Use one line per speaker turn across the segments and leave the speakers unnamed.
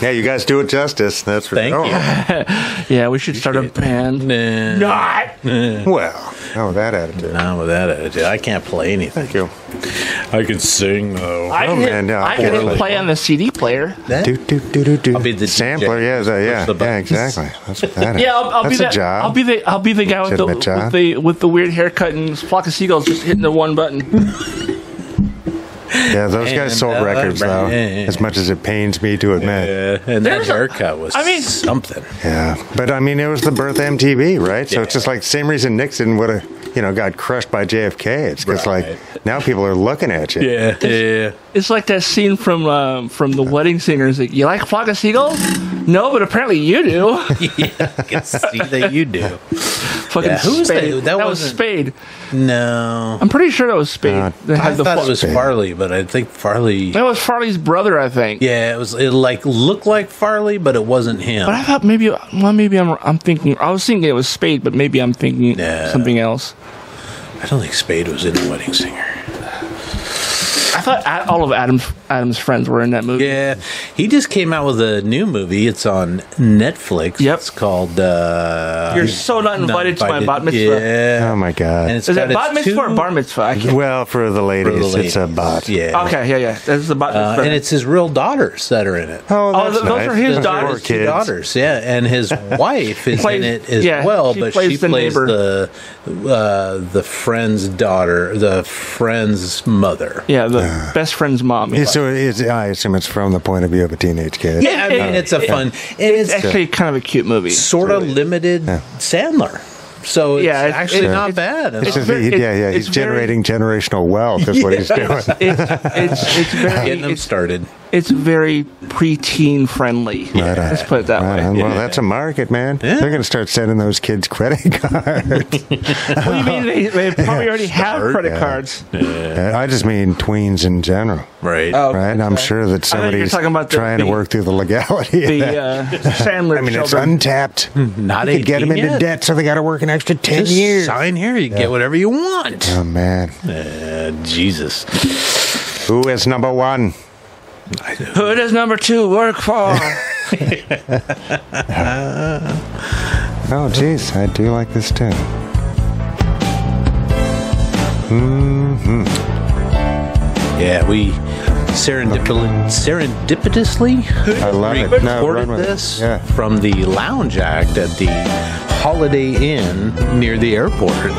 Yeah, you guys do it justice. That's for
Thank
oh,
Yeah, we should start a band.
Nah,
Not.
Well, oh, that attitude.
not with that attitude. I can't play anything.
Thank you.
I can sing though.
I
Oh,
can, hit-
man, yeah,
I can hit
poorly.
play on the CD player.
That-
Do, do, do, do, do.
I'll be the DJ.
sampler. Yeah, that, yeah,
Push the
yeah,
buttons.
exactly. That's what that is.
Yeah, I'll, I'll
That's
be
a
that.
job.
I'll be the I'll be the guy with the,
Legitimate job.
with the with the weird haircut and flock of seagulls just hitting the one button.
yeah, those guys
And
sold
that
records though.
right.
As much as it pains me to admit. Yeah.
Yeah, and that
There's a-
haircut was
I mean-
something.
but I mean, it was the birth of MTV, right? So
Yeah.
it's just like same reason Nixon would have, you know, got crushed by JFK. It's just
Right.
like now people are looking at you.
Yeah, yeah.
It's like that scene from um, from the Wedding Singers. Like, you like flock of seagulls? No, but apparently you do.
I can see that you do.
Fucking
Yeah, who was that?
Spade.
That
was
wasn't-
Spade.
No,
I'm pretty sure that was Spade.
Uh,
that
I
had the
thought
flo-
it was Farley, but I think Farley.
That was Farley's brother, I think.
Yeah, it was. It like looked like Farley, but it wasn't him.
But I thought maybe, well, maybe I'm, I'm thinking. I was thinking it was Spade, but maybe I'm thinking
No.
something else.
I don't think Spade was in the Wedding Singer.
I thought a- all of Adam's Adam's friends were in that movie.
Yeah, he just came out with a new movie. It's on Netflix.
Yep.
It's called. Uh,
You're so not
Not
invited, to my
Invited.
bat mitzvah.
Yeah.
Oh my
And
God.
it's
Is
got
it
its
bat mitzvah
two-
or bar mitzvah? I can't.
Well, for the
for
ladies,
the
it's
ladies.
a bot.
Yeah.
Okay, yeah, yeah. This is the bat
Uh,
mitzvah.
and it's his real daughters that are in it.
Oh, that's
th- those
nice.
are his
Those
daughters.
poor
His two
kids.
daughters, yeah, and his wife is
Plays-
in it as
yeah,
well,
she
but
plays
she
the
plays
neighbor.
the uh, the friend's daughter, the friend's mother.
yeah, the best friend's mom.
Yeah, So it's, I assume it's from the point of view of a teenage kid.
Yeah, I mean, it's a fun. It
It's
is
actually kind of a cute movie.
sort of limited Sandler, so it's
Yeah, it's-
actually
it's-
not
it's-
bad. at
It's
all.
just,
very-
he- yeah, yeah.
it's-
He's
it's very-
generating generational wealth. That's what he's doing.
It's it's it's very
getting them
it's,
started.
it's very preteen friendly.
Right on.
Let's put it that
Right on.
way.
Well, that's a market, man. They're going to start sending those kids credit cards.
What do you mean? They, they probably already have credit
yeah.
cards.
I just mean tweens in general,
Right.
Oh,
right? And I'm sure that
you're
somebody's
talking about the-
trying
the-
to work through the legality. of
The
that.
uh, Sandler
I mean, it's
children. Hmm,
untapped.
not
They could get them
18
into
yet.
debt, so they got to work an extra ten
Just
years.
sign here. You get whatever you want.
Oh man,
Uh, Jesus.
who is number one?
Who does number two work for?
Oh, jeez, I do like this too. Mm-hmm.
Yeah, we serendipitously, serendipitously
I love it. No,
recorded
run with it.
this
Yeah.
from the lounge act at the Holiday Inn near the airport.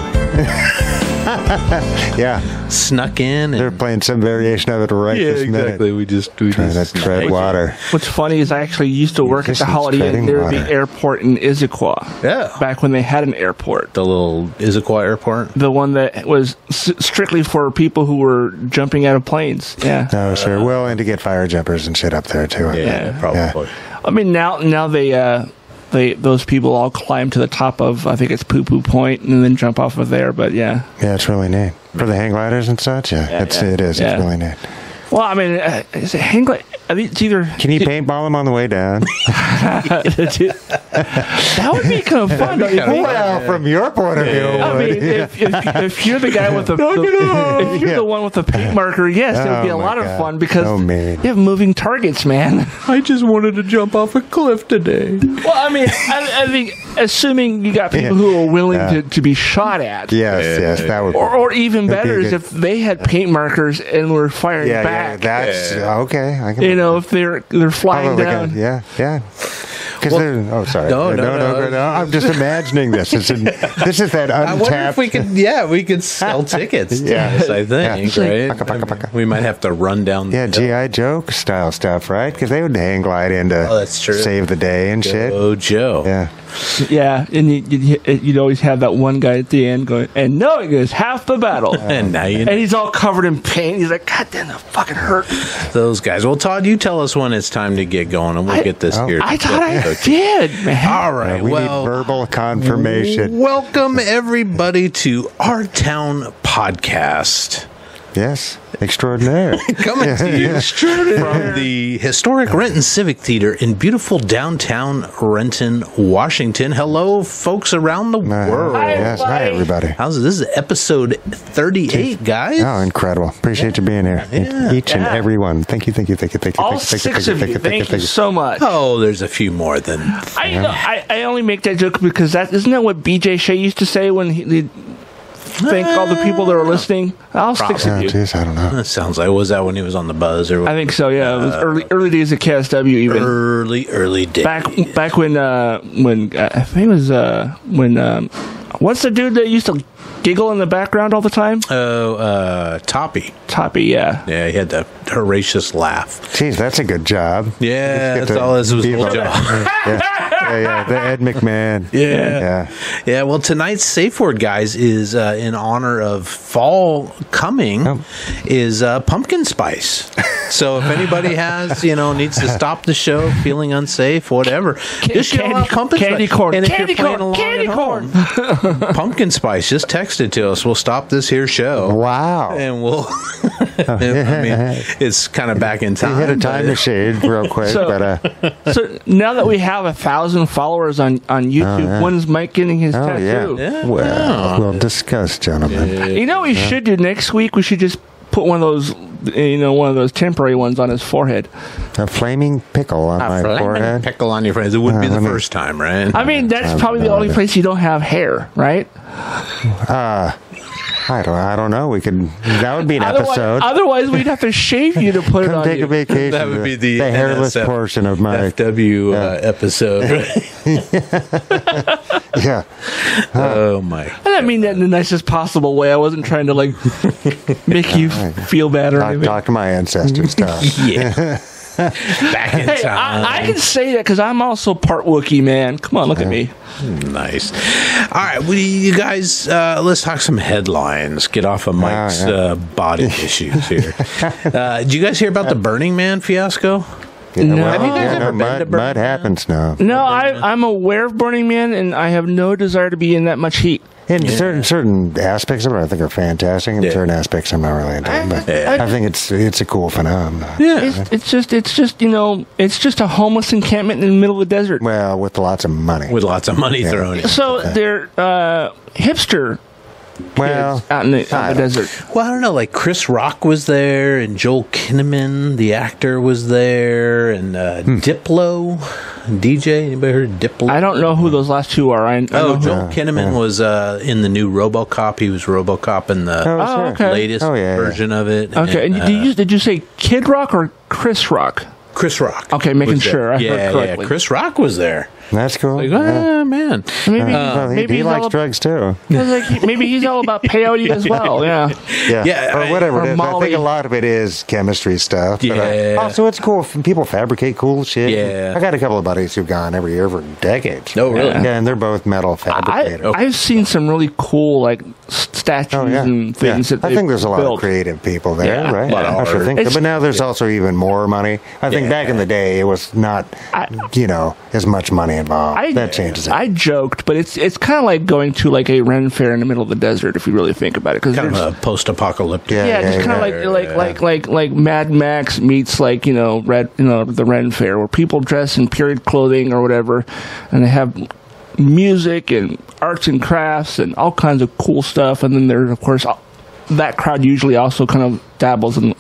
Yeah,
Snuck in
they're
and
playing some variation of it right this minute.
We just we
Trying to tread water.
What's funny is I actually used to work at the
This is
Holiday Inn
treading
near
water.
the airport in Issaquah.
Yeah.
Back when they had an airport.
the little Issaquah airport.
The one that was s- strictly for people who were jumping out of planes. Yeah.
Oh, sure. Well, and to get fire jumpers and shit up there too.
Yeah.
probably.
I mean, now now they uh, they those people all climb to the top of I think it's Poo Poo Point and then jump off of there. But yeah,
Yeah, it's really neat for the hang gliders and such. Yeah, it's it is.
yeah.
It's really neat.
well, I mean, uh, is it hang glide? I mean, it's either
Can you paintball them on the way down?
that would be kind of fun. don't you think?
well, from your point of view,
I
it would.
mean, if, if, if you're the guy with the, if you're
Yeah.
the one with the paint marker, yes, it would be
Oh,
a
my
lot of
God. Oh,
fun because
So mean.
you have moving targets, man.
I just wanted to jump off a cliff today.
Well, I mean, I, I think assuming you got people who are willing to, to be shot at,
yes, yes, that would.
or, or even
That'd be
better is
good.
if they had paint markers and were firing
yeah, yeah,
back.
that's okay. I can.
you know, if they're they're
Oh,
flying
they
down.
can- yeah, yeah. Because
Well-
they're oh sorry
No, no, no.
no, I'm just imagining this. It's in, this is that
I wonder
untapped.
if we could, yeah, we could sell tickets.
Yeah.
yeah, this, I think,
Yeah.
right?
Paka, paka, paka.
We might have to run down.
yeah, GI Joe style stuff, right? Because they would hang glide into
Oh, that's true.
save the day and shit.
Oh, Joe.
Yeah,
Yeah, and you, you, you'd always have that one guy at the end going, and knowing is half the battle.
And now you know.
and he's all covered in paint. He's like, God damn, that fucking hurt.
those guys. Well, Todd, you tell us when it's time to get going, and we'll
I-
get this here.
I thought I did, man.
All right.
Uh, we
well,
need verbal confirmation.
welcome everybody to Our Town Podcast.
Yes, extraordinaire.
Coming to you from the historic Renton Civic Theater in beautiful downtown Renton, Washington. Hello, folks around the
Uh,
world.
yes, hi everybody.
How's it? This is episode 38, guys.
Oh, incredible! Appreciate you being here,
Yeah.
each and
Yeah.
every one. Thank you, thank you, thank you, thank you,
All
thank you,
six
thank you,
of
thank you, thank
you.
you,
Thank you
thank you.
so much.
Oh, there's a few more than.
I, you know, I I only make that joke because that isn't that what BJ Shea used to say when he he'd thank all the people that are listening. All six
Oh,
of you.
jeez, I don't know.
That sounds like was that when he was on the buzz or
I think so. Yeah, it was early early days of KSW even.
early early days?
back back when uh when uh, I think it was uh when um what's the dude that used to giggle in the background all the time?
Oh, uh, Toppy.
Toppy, yeah.
Yeah, he had the voracious laugh.
Jeez, that's a good job.
Yeah,
You get
that's
to
all this was.
be
Whole
like-
job.
Yeah, yeah, yeah. The Ed McMahon.
Yeah.
yeah.
Yeah, well, tonight's safe word, guys, is uh, in honor of fall coming.
Oh.
Is uh, pumpkin spice. so if anybody has, you know, needs to stop the show, feeling unsafe, whatever, just yell
candy-
out pumpkin
candy
spice.
corn,
And if
candy
you're playing
corn,
along
candy
at home, pumpkin spice. Just text it to us. We'll stop this here show.
Wow.
And we'll. I mean, it's kind of back in
He
time.
hit a time
but-
machine real quick,
So-
but uh,
So now that we have a thousand followers on on YouTube,
Oh, yeah.
when's Mike getting his
oh yeah.
tattoo?
Well, we'll discuss, gentlemen.
You know, what we should do next week. We should just put one of those, you know, one of those temporary ones on his forehead.
A flaming pickle on my
Flaming
forehead.
Pickle on your friends. It wouldn't
Uh,
be the
let me-
first time, right?
I mean, that's
Sounds
probably the
about
only
it.
place you don't have hair, right?
I don't. I don't know. We could. That would be an
Otherwise,
episode.
otherwise, we'd have to shave you to put it
Come
on.
take
You.
a vacation.
That would be the
hairless
NSF
portion of my.
FW uh, episode.
Yeah.
oh my!
And I mean that in the nicest possible way. I wasn't trying to like make you feel bad or
Talk,
anything.
talk to my ancestors. Tom.
Yeah, back in
Hey,
time.
I, I can say that because I'm also part Wookiee, man. Come on, look at me.
nice. All right, we you guys, uh, let's talk some headlines. Get off of Mike's
Ah, yeah.
uh, body issues here. Uh, did you guys hear about the Burning Man fiasco?
Yeah,
No.
well,
Have
you guys
yeah, no,
ever been to
mud,
Burning
mud
Man?
happens now.
No, I, I'm aware of Burning Man, and I have no desire to be in that much heat.
In certain certain aspects of it, I think are fantastic. In
Yeah.
certain aspects, I'm not really into. it, But
Yeah.
I think it's it's a cool phenomenon.
Yeah.
It's, it's just, it's just, you know, it's just a homeless encampment in the middle of the desert.
Well, with lots of money.
With lots of money thrown in.
So they're uh, hipster
well,
kids out in the,
I
out in the
don't-
desert.
Well, I don't know. Like Chris Rock was there, and Joel Kinnaman, the actor, was there, and uh, Diplo, DJ. Anybody heard of Diplo?
Hmm. I don't know who those last two are. I, I know
Oh,
who-
Joel Kinnaman was uh, in the new RoboCop. He was RoboCop in the
Oh,
Oh,
sure.
okay.
latest
Oh, yeah, yeah.
version of it.
Okay, and
uh,
did you did you say Kid Rock or Chris Rock?
Chris Rock.
Okay, making
was there.
sure I heard
yeah,
correctly.
yeah. Chris Rock was there.
That's cool.
Like,
Yeah.
ah, man.
Maybe
Oh.
Well, Uh, he-
maybe
he
he's
likes
all,
drugs too.
I was like, maybe he's all about peyote as well. Yeah.
Yeah,
Yeah,
or
I-
whatever
or
it is. I
Molly.
think a lot of it is chemistry stuff. but, uh,
Yeah.
also, it's cool. F- People fabricate cool shit.
Yeah.
I got a couple of buddies who've gone every year for decades.
No, really?
Yeah, and they're both metal
I,
fabricators.
I've seen some really cool like s- statues
Oh, yeah.
and things
Yeah.
that
I think
they've
there's a lot
built.
of creative people there,
Yeah.
right?
A lot of
I should
art.
think so.
It's-
But now there's also even more money. I think back in the day, it was not,
I-
you know, as much money involved.
I,
that changes it.
I joked, but it's it's kind of like going to like a Ren fair in the middle of the desert if you really think about it. Because
Kind of a post-apocalyptic.
Yeah.
yeah, just kind of
yeah,
like
yeah.
like like like like Mad Max meets like you know red you know the Ren Fair where people dress in period clothing or whatever, and they have music and arts and crafts and all kinds of cool stuff, and then there's of course all- that crowd usually also kind of dabbles in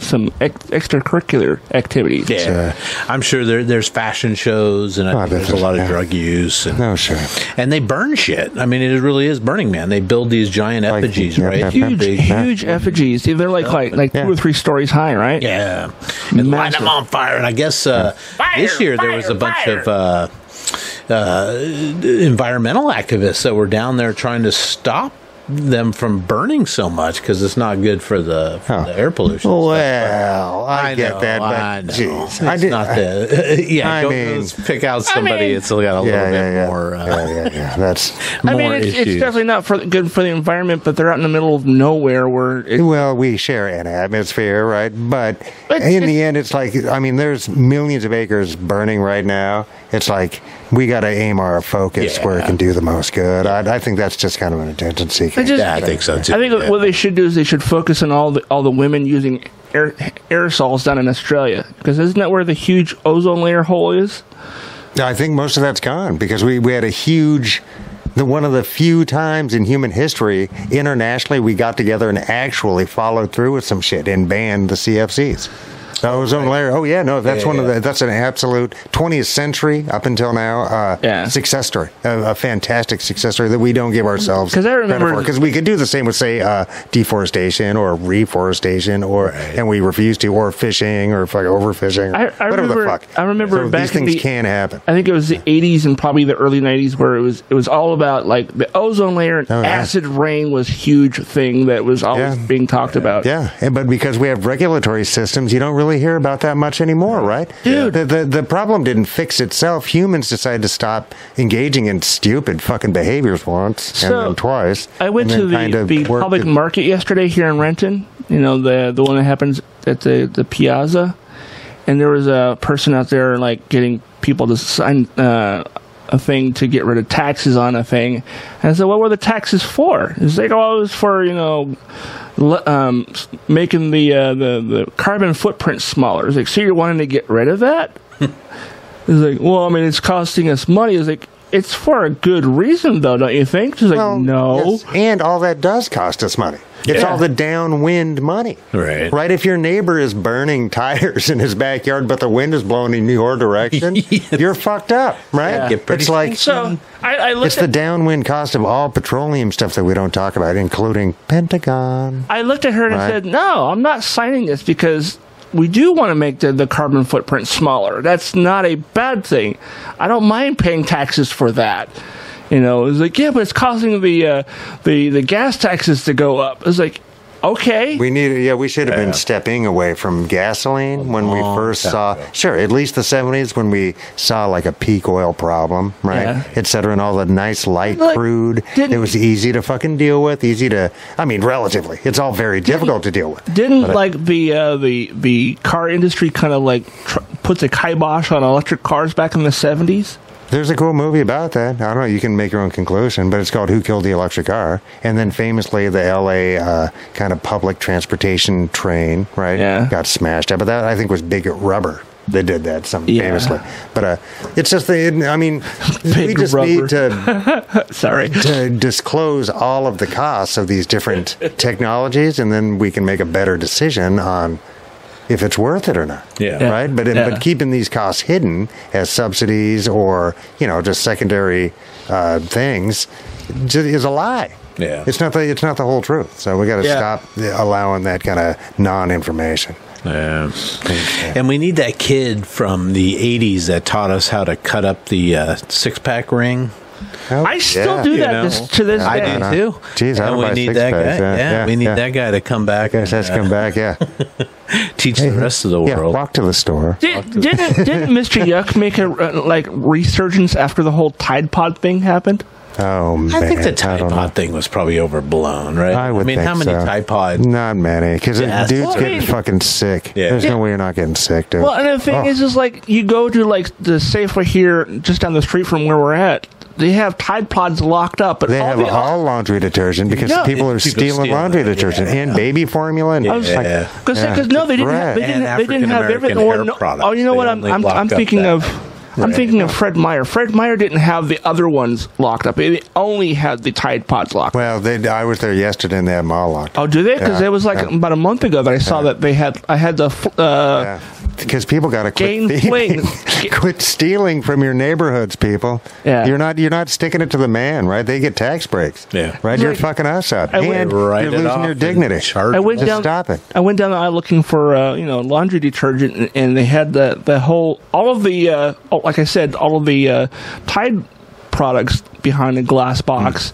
some ex- extracurricular activities.
Yeah,
uh,
I'm sure there, there's fashion shows,
Oh,
and I
I
think
bet
there's a
there's-
lot of
yeah.
drug use, and,
no, sure.
and they burn shit. I mean, it really is Burning Man. They build these giant
Like,
effigies,
yeah,
right?
yeah,
Huge,
Big-
huge effigies. They're like like like
Yeah.
two or three stories high, right?
Yeah, and light
Massive.
them on fire. And I guess uh, this year there was a bunch of uh, uh, environmental activists that were down there trying to stop them from burning so much because it's not good for the, for
Huh.
the air pollution.
Well, I, get
know,
that, but
I know.
geez,
It's
I did.
not the yeah.
I
go,
mean-
let's pick out somebody.
mean-
it's got a little
yeah,
bit
yeah, yeah.
more. Uh,
yeah, yeah, yeah. That's
I mean,
more
it's, it's
issues.
definitely not for, good for the environment, but they're out in the middle of nowhere where it,
Well, we share an atmosphere, right? But
But
in
it's-
the end, it's like I mean, there's millions of acres burning right now. It's like we got to aim our focus
Yeah.
where it can do the most good. I, I think that's just kind of an attention seeking.
I just-
Yeah, I think so too.
I think
yeah.
what they should do is they should focus on all the all the women using air, aerosols down in Australia because isn't that where the huge ozone layer hole is?
I think most of that's gone because we, we had a huge, the one of the few times in human history internationally we got together and actually followed through with some shit and banned the CFCs. The ozone layer. Oh yeah, no, that's
Yeah,
one of
yeah.
the. That's an absolute 20th century up until now uh,
Yeah.
success story, a, a fantastic success story that we don't give ourselves
'Cause I remember-
because we could do the same with say uh, deforestation or reforestation or and we refuse to or fishing or fucking overfishing or
I- I
whatever
remember-
the fuck.
I remember
So
back
these
in
things
the-
can happen.
I think it was the 80s and probably the early 90s where it was it was all about like the ozone layer and
Oh, yeah.
acid rain was huge thing that was always
Yeah.
being talked about.
Yeah, and- but because we have regulatory systems, you don't really hear about that much anymore, right?
Dude.
the, the the problem didn't fix itself. Humans decided to stop engaging in stupid fucking behaviors once
So,
and then twice.
I went
and
to
then kind
the,
of
the
worked
public
it-
market yesterday here in Renton. You know the the one that happens at the the piazza, and there was a person out there like getting people to sign uh, a thing to get rid of taxes on a thing. And I said, "What were the taxes for?" It's like, "Oh, it was for you know." le- Um, s- making the, uh, the the carbon footprint smaller. It's like, so you're wanting to get rid of that? It's like, well, I mean, it's costing us money. It's like, it's for a good reason, though, don't you think? She's like,
Well,
no.
yes, and all that does cost us money. It's
Yeah.
all the downwind money.
Right.
Right. If your neighbor is burning tires in his backyard, but the wind is blowing in your direction, you're fucked up, right?
Yeah. Get pretty
It's like
So I, I
Mm. It's
looked.
the
At,
downwind cost of all petroleum stuff that we don't talk about, including Pentagon.
I looked at her and I
Right.
said, no, I'm not signing this because we do want to make the, the carbon footprint smaller. That's not a bad thing. I don't mind paying taxes for that. You know, it's like, yeah, but it's causing the uh, the the gas taxes to go up. It's like, okay,
We need, yeah, we should have been stepping away from gasoline when we
long
first
time
saw,
ago.
sure, at least the 70s when we saw like a peak oil problem, right?
Yeah.
Et cetera, and all the nice light
Like,
crude.
didn't-
It was easy to fucking deal with, easy to, I mean, relatively. It's all very difficult to deal with.
Didn't like the uh, the the car industry kind of like tr- puts a kibosh on electric cars back in the seventies?
There's a cool movie about that. I don't know. You can make your own conclusion, but it's called "Who Killed the Electric Car?" And then famously, the L.A. Uh, kind of public transportation train, right,
Yeah.
got smashed up. But that I think was Big Rubber. They did that some
Yeah.
famously. But uh, it's just the. I mean, we
Big
just
Rubber.
need to
Sorry,
to disclose all of the costs of these different technologies, and then we can make a better decision on if it's worth it or not.
Yeah. Yeah.
Right. But
Yeah.
but keeping these costs hidden as subsidies or you know just secondary uh, things ju- is a lie.
Yeah.
It's not the it's not the whole truth. So we got to
Yeah.
stop allowing that kind of non-information.
Yeah. And we need that kid from the 80s that taught us how to cut up the uh, six pack ring.
Oh,
I still
yeah.
do
You
that
know.
this, to this
I
day.
know.
do too.
Jeez, I
and
don't
we
buy
need
six
that guy.
packs.
Yeah,
Yeah, yeah,
we need
yeah.
that guy to come back
Guess
and
that's come back. Yeah.
uh, teach the rest of the
yeah.
world.
Walk to the store.
Did, didn't didn't Mr. Yuck make a uh, like resurgence after the whole Tide Pod thing happened?
Oh man.
I think the Tide
don't know.
Pod thing was probably overblown, right?
I would
mean,
think
how many
so.
Tide Pod?
Not many, because
Yeah,
dude's
well, I
getting
mean-
fucking sick.
Yeah.
There's no way you're not getting sick, dude.
Well, and the thing
Oh.
is, is like you go to like the Safeway here, just down the street from where we're at. They have Tide Pods locked up, but
they
all
have
the,
all laundry detergent because
No,
people are
people
stealing
steal
laundry
it,
detergent
yeah.
and baby formula. And
was like- Yeah.
Because
Yeah.
no, they didn't. Have, they
Right.
didn't.
And
They didn't have
African-American
everything.
hair
Or no,
products.
oh, you know
They
what? I'm
only
I'm,
locked
I'm
up
thinking
that.
of. I'm
Right.
thinking of Fred Meyer. Fred Meyer didn't have the other ones locked up. They only had the Tide Pods locked. up.
well, they, I was there yesterday and they had them all locked.
Oh, do they? Because
Yeah.
it was like
Yeah.
about a month ago that I saw that they had. I had the. fl- Uh,
Because people got to
Gain
quit thieving.
fling.
quit stealing from your neighborhoods, people.
Yeah.
You're not you're not sticking it to the man, right? They get tax breaks.
Yeah.
Right? You're
Like,
fucking us up.
I went-
and
Write
you're
it off
losing your
and
dignity.
charge
I went
Just
down.
stop it.
I went down the aisle looking for uh, you know laundry detergent, and, and they had the the whole all of the uh, oh, like I said, all of the uh, Tide products behind a glass box.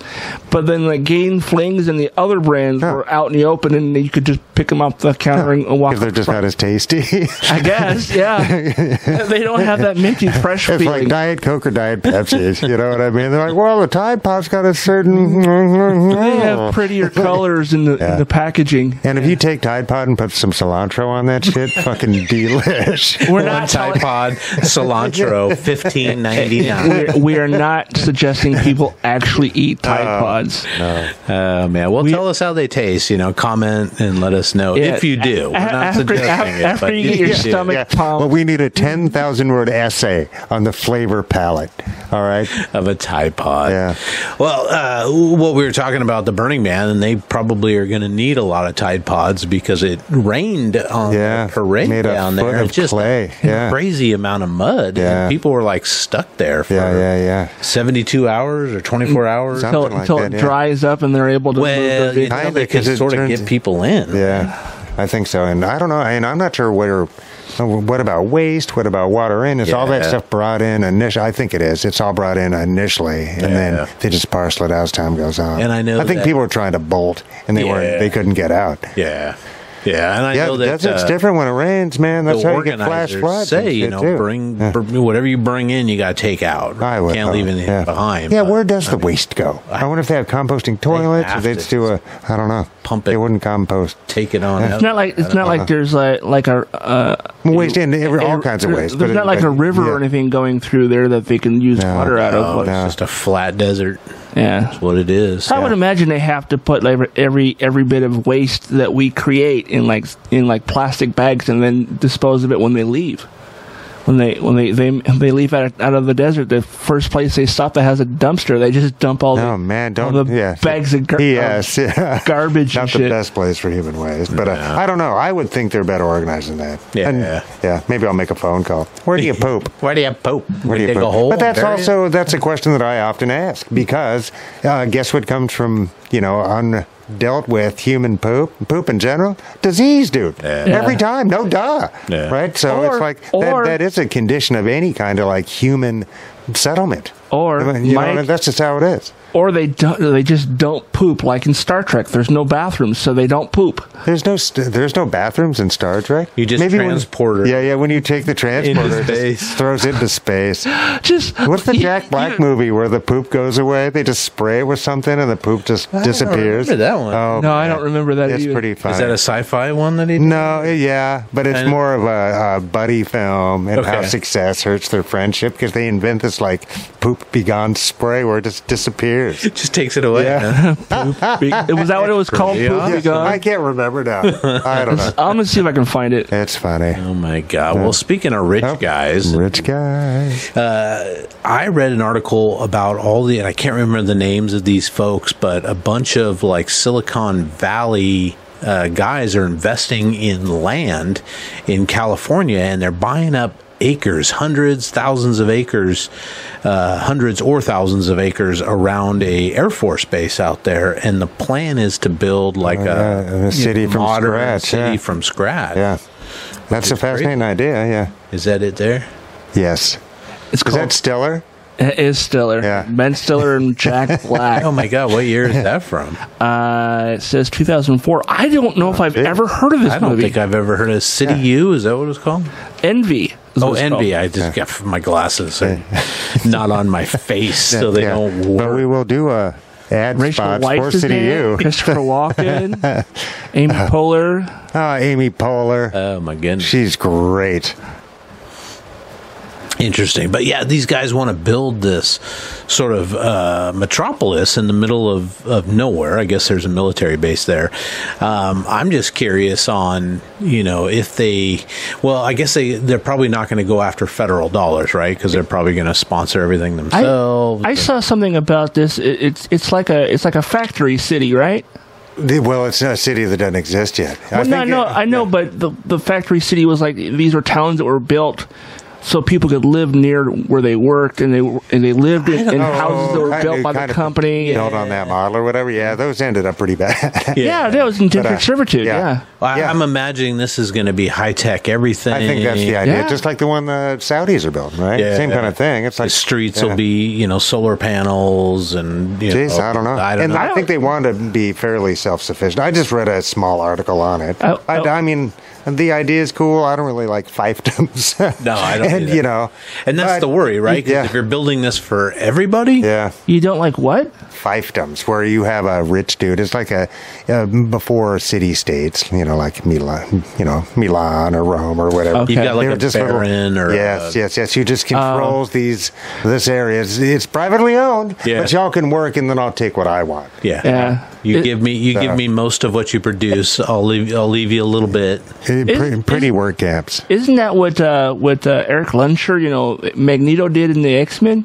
But then the Gain Flings and the other brands
Hmm. Huh.
were out in the open, and you could just pick them off the counter and, and walk.
Because they're just not as tasty. it's
I guess, yeah. they don't have that minty fresh
like
feeling.
Diet Coke or Diet Pepsi. you know what I mean? They're like, well, the Tide Pop's got a certain.
they
Oh.
have prettier colors in the, in the packaging.
And if you take Tide Pod and put some cilantro on that shit, fucking delish.
We're
One
not
Tide
telling,
Pod, cilantro, fifteen ninety nine.
we're, we are not suggesting people actually eat Tide Pods.
Oh man! Well, tell us how they taste. You know, comment and let us know
Yeah.
if you do. We're
A-
not
after-
suggesting
af-
it,
after
but
you
if
get your
do.
stomach-
Yeah.
Pump.
Well, we need a 10,000 word essay on the flavor palette. All right.
of a Tide Pod.
Yeah.
Well, uh, what we were talking about the Burning Man, and they probably are going to need a lot of Tide Pods because it rained on
Yeah,
the parade
made a
down
foot
there.
of
It's just
clay,
a
yeah.
crazy amount of mud. and
Yeah.
people were like stuck there for
Yeah, yeah, Mm, yeah.
seventy-two hours or twenty-four hours.
Some-
Until,
something like
until
that,
it
yeah.
dries up and they're able to move
well,
their
you
vehicle.
know,
Kinda,
they can
'cause it
sort of
turns-
get people in.
Yeah, I think so. And I don't know. And I'm not sure where. What about waste? What about water in? Is all that
Yeah.
stuff brought in initially? I think it is. It's all brought in initially, and
Yeah.
then they just parcel it out as time goes on.
And I know
I think
that-
people were trying to bolt, and they
Yeah.
weren't. They couldn't get out.
yeah, yeah. And I
Yeah,
know that
that's it's
uh,
different when it rains, man. That's
the
how you get flash
organizers
floods. and
say, you
shit,
know,
too.
bring,
Yeah.
br- whatever you bring in, you got to take out.
I
You
would
can't
thought,
leave anything
yeah.
behind.
Yeah,
but-
where does the waste go? I wonder if they have composting toilets. If
have
they
to
just do a, I don't know,
pump
They
it.
wouldn't compost.
take it on. out.
It's not like it's not like there's like like a uh,
Waste in every, all kinds of
there-
waste.
There's
but-
not like
but-
a river
yeah.
or anything going through there that they can use
No,
water out
Oh,
of.
no.
It's just a flat desert.
Yeah.
That's what it is.
I would imagine they have to put like every every bit of waste that we create in like in like plastic bags and then dispose of it when they leave. When they when they they, they leave out, out of the desert, the first place they stop that has a dumpster, they just dump all the
Oh man, don't
all the
yeah.
bags of gar- um,
yes, yeah.
garbage
Not
and
the
shit.
best place for human waste, but uh, I don't know. I would think they're better organized than that.
Yeah.
And, yeah. Maybe I'll make a phone call. Where do you poop?
Why do you have Pope?
Where do you
dig
poop?
a hole?
but that's
bury it?
also that's a question that I often ask because uh, guess what comes from you know undealt with human poop poop in general disease, dude. Every time, no duh,
Yeah.
right? So
Or-
it's like that,
or-
that is a condition of any kind of like human settlement.
Or,
you know,
Mike-
what I mean? that's just how it is.
or they don't they just don't poop like in Star Trek. There's no bathrooms, so they don't poop.
There's no st- there's no bathrooms in Star Trek.
You just
when-
transport her
yeah, yeah. When you take the transporter, it just
space.
throws it into space.
Just
What's the
you-
Jack Black
you-
movie where the poop goes away? They just spray it with something and the poop just disappears.
remember that one.
Oh,
No, I don't remember that.
it's
either.
pretty funny.
Is that a sci-fi one that he?
no, yeah, but it's
And-
more of a, a buddy film and how
Okay.
success hurts their friendship because they invent this like poop begone spray where it just disappears.
Just takes it away.
Yeah.
huh?
Be- was that what it was called?
pretty
Poop
awesome.
Begun?
I can't remember now. I don't know.
I'm gonna see if I can find it.
It's funny.
Oh my God! Well, speaking of rich
Oh.
guys,
Rich guy.
I read an article about all the, and I can't remember the names of these folks, but a bunch of like Silicon Valley uh, guys are investing in land in California and they're buying up acres, hundreds, thousands of acres, uh, hundreds or thousands of acres around a Air Force base out there. And the plan is to build like
yeah,
a,
a Uh, city from
Uh, modern
scratch,
City
yeah.
from scratch.
Yeah. That's a fascinating idea. Yeah.
Is that it there?
Yes.
It's
Is
called
that Stellar?
It is Stiller.
Yeah.
Ben Stiller and Jack Black.
Oh my God, what year is that from?
uh, it says 2004. I don't know if I've
shit.
ever heard of this
I don't
movie.
think I've ever heard of City U. Is that what it's called?
Envy. is
Oh,
what it's
envy!
called.
I just got my glasses are not on my face, so they
Yeah.
don't
But we
work.
will do a ad
Rachel
spots for
Weisz is
City Uh,
in it,
U.
Christopher Walken, Amy Poehler.
Ah, Amy Poehler.
Oh my goodness!
She's great.
Interesting, but yeah, these guys want to build this sort of uh, metropolis in the middle of, of nowhere. I guess there's a military base there. Um, I'm just curious on you know if they, well, I guess they they're probably not going to go after federal dollars, right? Because they're probably going to sponsor everything themselves.
I saw something about this. It, it's it's like a it's like a factory city, right?
The- Well, it's not a city that doesn't exist yet.
Well, no, I
think
know,
it-
I know, but the the factory city was like these were towns that were built so people could live near where they worked and they were- and they lived in, in
Oh,
houses that were
I
built
do
by the
kind of
company.
built on that model or whatever. Yeah, those ended up pretty bad.
yeah, that was in
But, uh,
different servitude.
yeah.
Yeah.
Well, I-
Yeah.
I'm imagining this is going to be high tech everything.
I think that's the idea.
Yeah.
Just like the one the Saudis are building, right?
Yeah.
Same kind of thing. It's like
the streets
yeah.
will be, you know, solar panels and. You
Jeez,
know,
I don't know.
Oh, I don't
and
know.
I think they want to be fairly self-sufficient. I just read a small article on it.
Oh,
I,
oh.
I mean, the idea is cool. I don't really like fiefdoms.
No, I don't
and
either.
you know,
and that's
but-
the worry, right? 'Cause
Yeah,
If you're building this for everybody,
yeah,
You don't like what?
fiefdoms, where you have a rich dude. It's like a, uh before city states, you know, like Milan, you know, Milan or Rome or whatever.
Okay.
you've got like
They're
a
little-
baron or
yes,
a- Um,
yes, yes. You just controls these this area. It's, it's privately owned,
Yeah.
but y'all can work, and then I'll take what I want.
yeah.
Yeah.
You
It-
give me you
Yeah.
give me most of what you produce. I'll leave I'll leave you a little bit.
Eh, pre-
is-
pretty work camps.
Isn't that what uh, what uh, Eric Lunsher, you know, Magneto did in the X Men?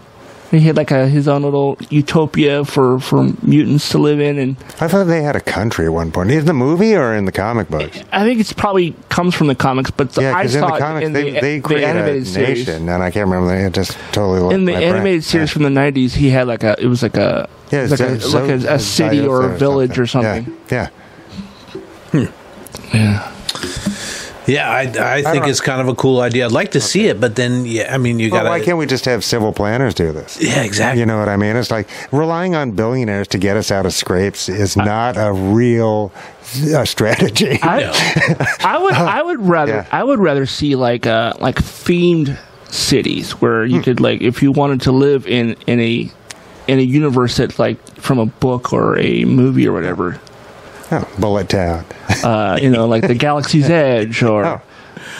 He had like a, his own little utopia for, for mutants to live in, and
I thought they had a country at one point. In the movie or in the comic books?
I think it's probably comes from the comics. But the,
Yeah,
I
because in
saw
the comics
it in
they,
the,
they
the
create
animated
a
series.
nation, and I can't remember. It just totally left
In the
my brain.
animated series from the '90s, he had like a it was like a
Yeah,
like, a,
Zo-
like a,
Zo-
a city
Zio
or a village or something.
Yeah,
Yeah.
Yeah, I, I think
know.
it's kind of a cool idea. I'd like to see it, but then yeah, I mean you
yeah. Well,
gotta
why can't we just have civil planners do this?
yeah exactly.
You know what I mean? It's like relying on billionaires to get us out of scrapes is not a real uh, strategy.
I,
No.
I would I would rather
Yeah.
I would rather see like uh like themed cities where
Hmm.
you could like if you wanted to live in in a in a universe that's like from a book or a movie or whatever
Oh, Bullet Town.
uh you know like the Galaxy's Edge or
Oh.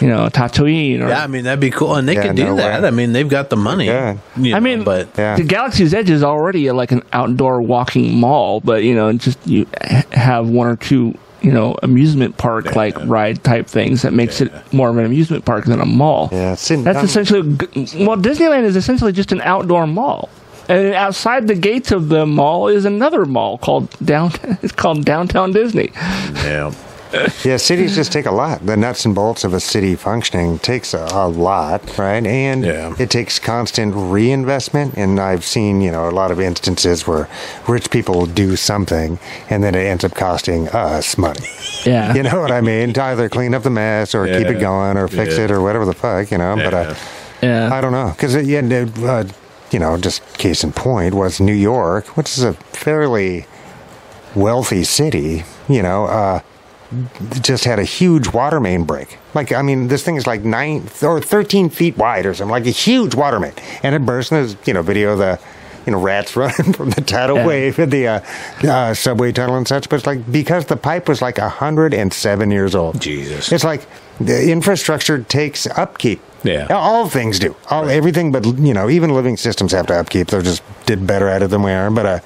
you know Tatooine or
Yeah, I mean that'd be cool, and they
Yeah,
could do
no
that.
way.
I mean they've got the money.
Yeah.
you
I
know,
mean,
but
Yeah.
the Galaxy's Edge is already like an outdoor walking mall, but you know, just you h- have one or two, you know, amusement park like ride type things that makes it more of an amusement park than a mall.
Yeah, it's in-
that's
I'm-
essentially g- well, Disneyland is essentially just an outdoor mall. And outside the gates of the mall is another mall called down. It's called Downtown Disney.
yeah,
Yeah, cities just take a lot. The nuts and bolts of a city functioning takes a, a lot, right? And
Yeah.
it takes constant reinvestment. And I've seen, you know, a lot of instances where rich people do something and then it ends up costing us money.
Yeah,
You know what I mean? To either clean up the mess or keep it
Yeah.
going or fix
Yeah.
it or whatever the fuck, you know? But uh,
yeah.
I don't know. Because, yeah, no, uh, you know, just case in point was New York, which is a fairly wealthy city, you know, uh, just had a huge water main break. Like, I mean, this thing is like nine or 13 feet wide or something, like a huge water main. And it burst, and there's, you know, video of the, you know, rats running from the tidal
Yeah.
wave and the uh, uh, subway tunnel and such. But it's like, because the pipe was like 107 years old.
Jesus.
It's like the infrastructure takes upkeep.
Yeah.
All things do. All everything but you know, even living systems have to upkeep. They're just did better at it than we are, but uh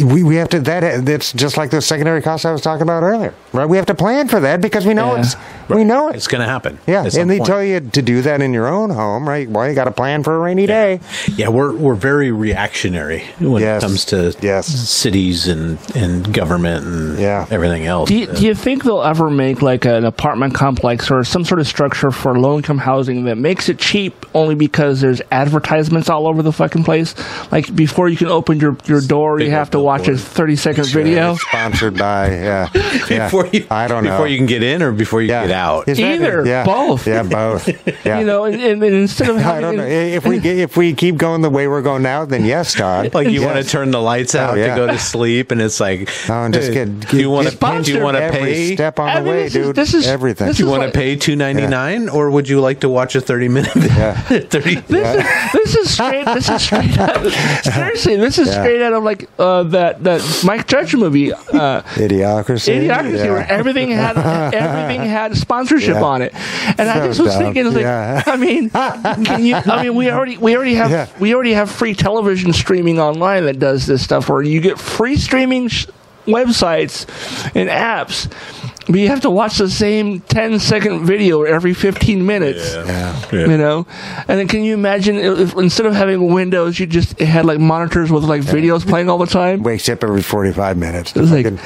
we, we have to that that's just like those secondary costs I was talking about earlier. Right? We have to plan for that because we know
Yeah.
it's we know it.
it's gonna happen.
yeah,
at some
and they
point.
tell you to do that in your own home, right? Well, you got to plan for a rainy day.
Yeah, we're we're very reactionary when
Yes.
it comes to
Yes.
cities and and government and
Yeah.
everything else.
Do you, do you think they'll ever make like an apartment complex or some sort of structure for low income housing that makes it cheap only because there's advertisements all over the fucking place? Like before you can open your, your door, you
Big
have
old
to watch a
billboard.
30 second video.
It's sponsored by yeah. yeah.
before you,
I don't know.
Before you can get in or before you
yeah.
get out.
Is that-
Either,
yeah.
both.
Yeah, both. Yeah.
You know, and, and, and instead of
I
having,
don't know. If we get, if we keep going the way we're going now, then yes, Todd.
Like you
Yes. Oh,
want to turn the lights out
yeah.
to go to sleep, and it's like,
Oh, and just
eh,
get,
do you want
to
to do you want to pay?
step on the
I mean,
way,
this is-
dude?
this is-
everything.
this
Do you
is
want to
what-
pay two ninety nine, or would you like to watch a thirty minute?
Yeah.
thirty.
this, is, this is straight. This is straight. Out, seriously, this is straight out of like uh, that that Mike Judge movie. Uh,
Idiocracy.
idiocracy
Yeah.
where everything had everything had sponsorship
Yeah.
on it and i
So
just was
dumb.
thinking like
Yeah.
i mean can you i mean we already we already have
Yeah.
we already have free television streaming online that does this stuff where you get free streaming sh- websites and apps but you have to watch the same 10 second video every 15 minutes
Yeah.
you know and then can you imagine if, instead of having windows you just had like monitors with like videos playing all the time
Wakes up every forty-five minutes.
It's like,
Fucking-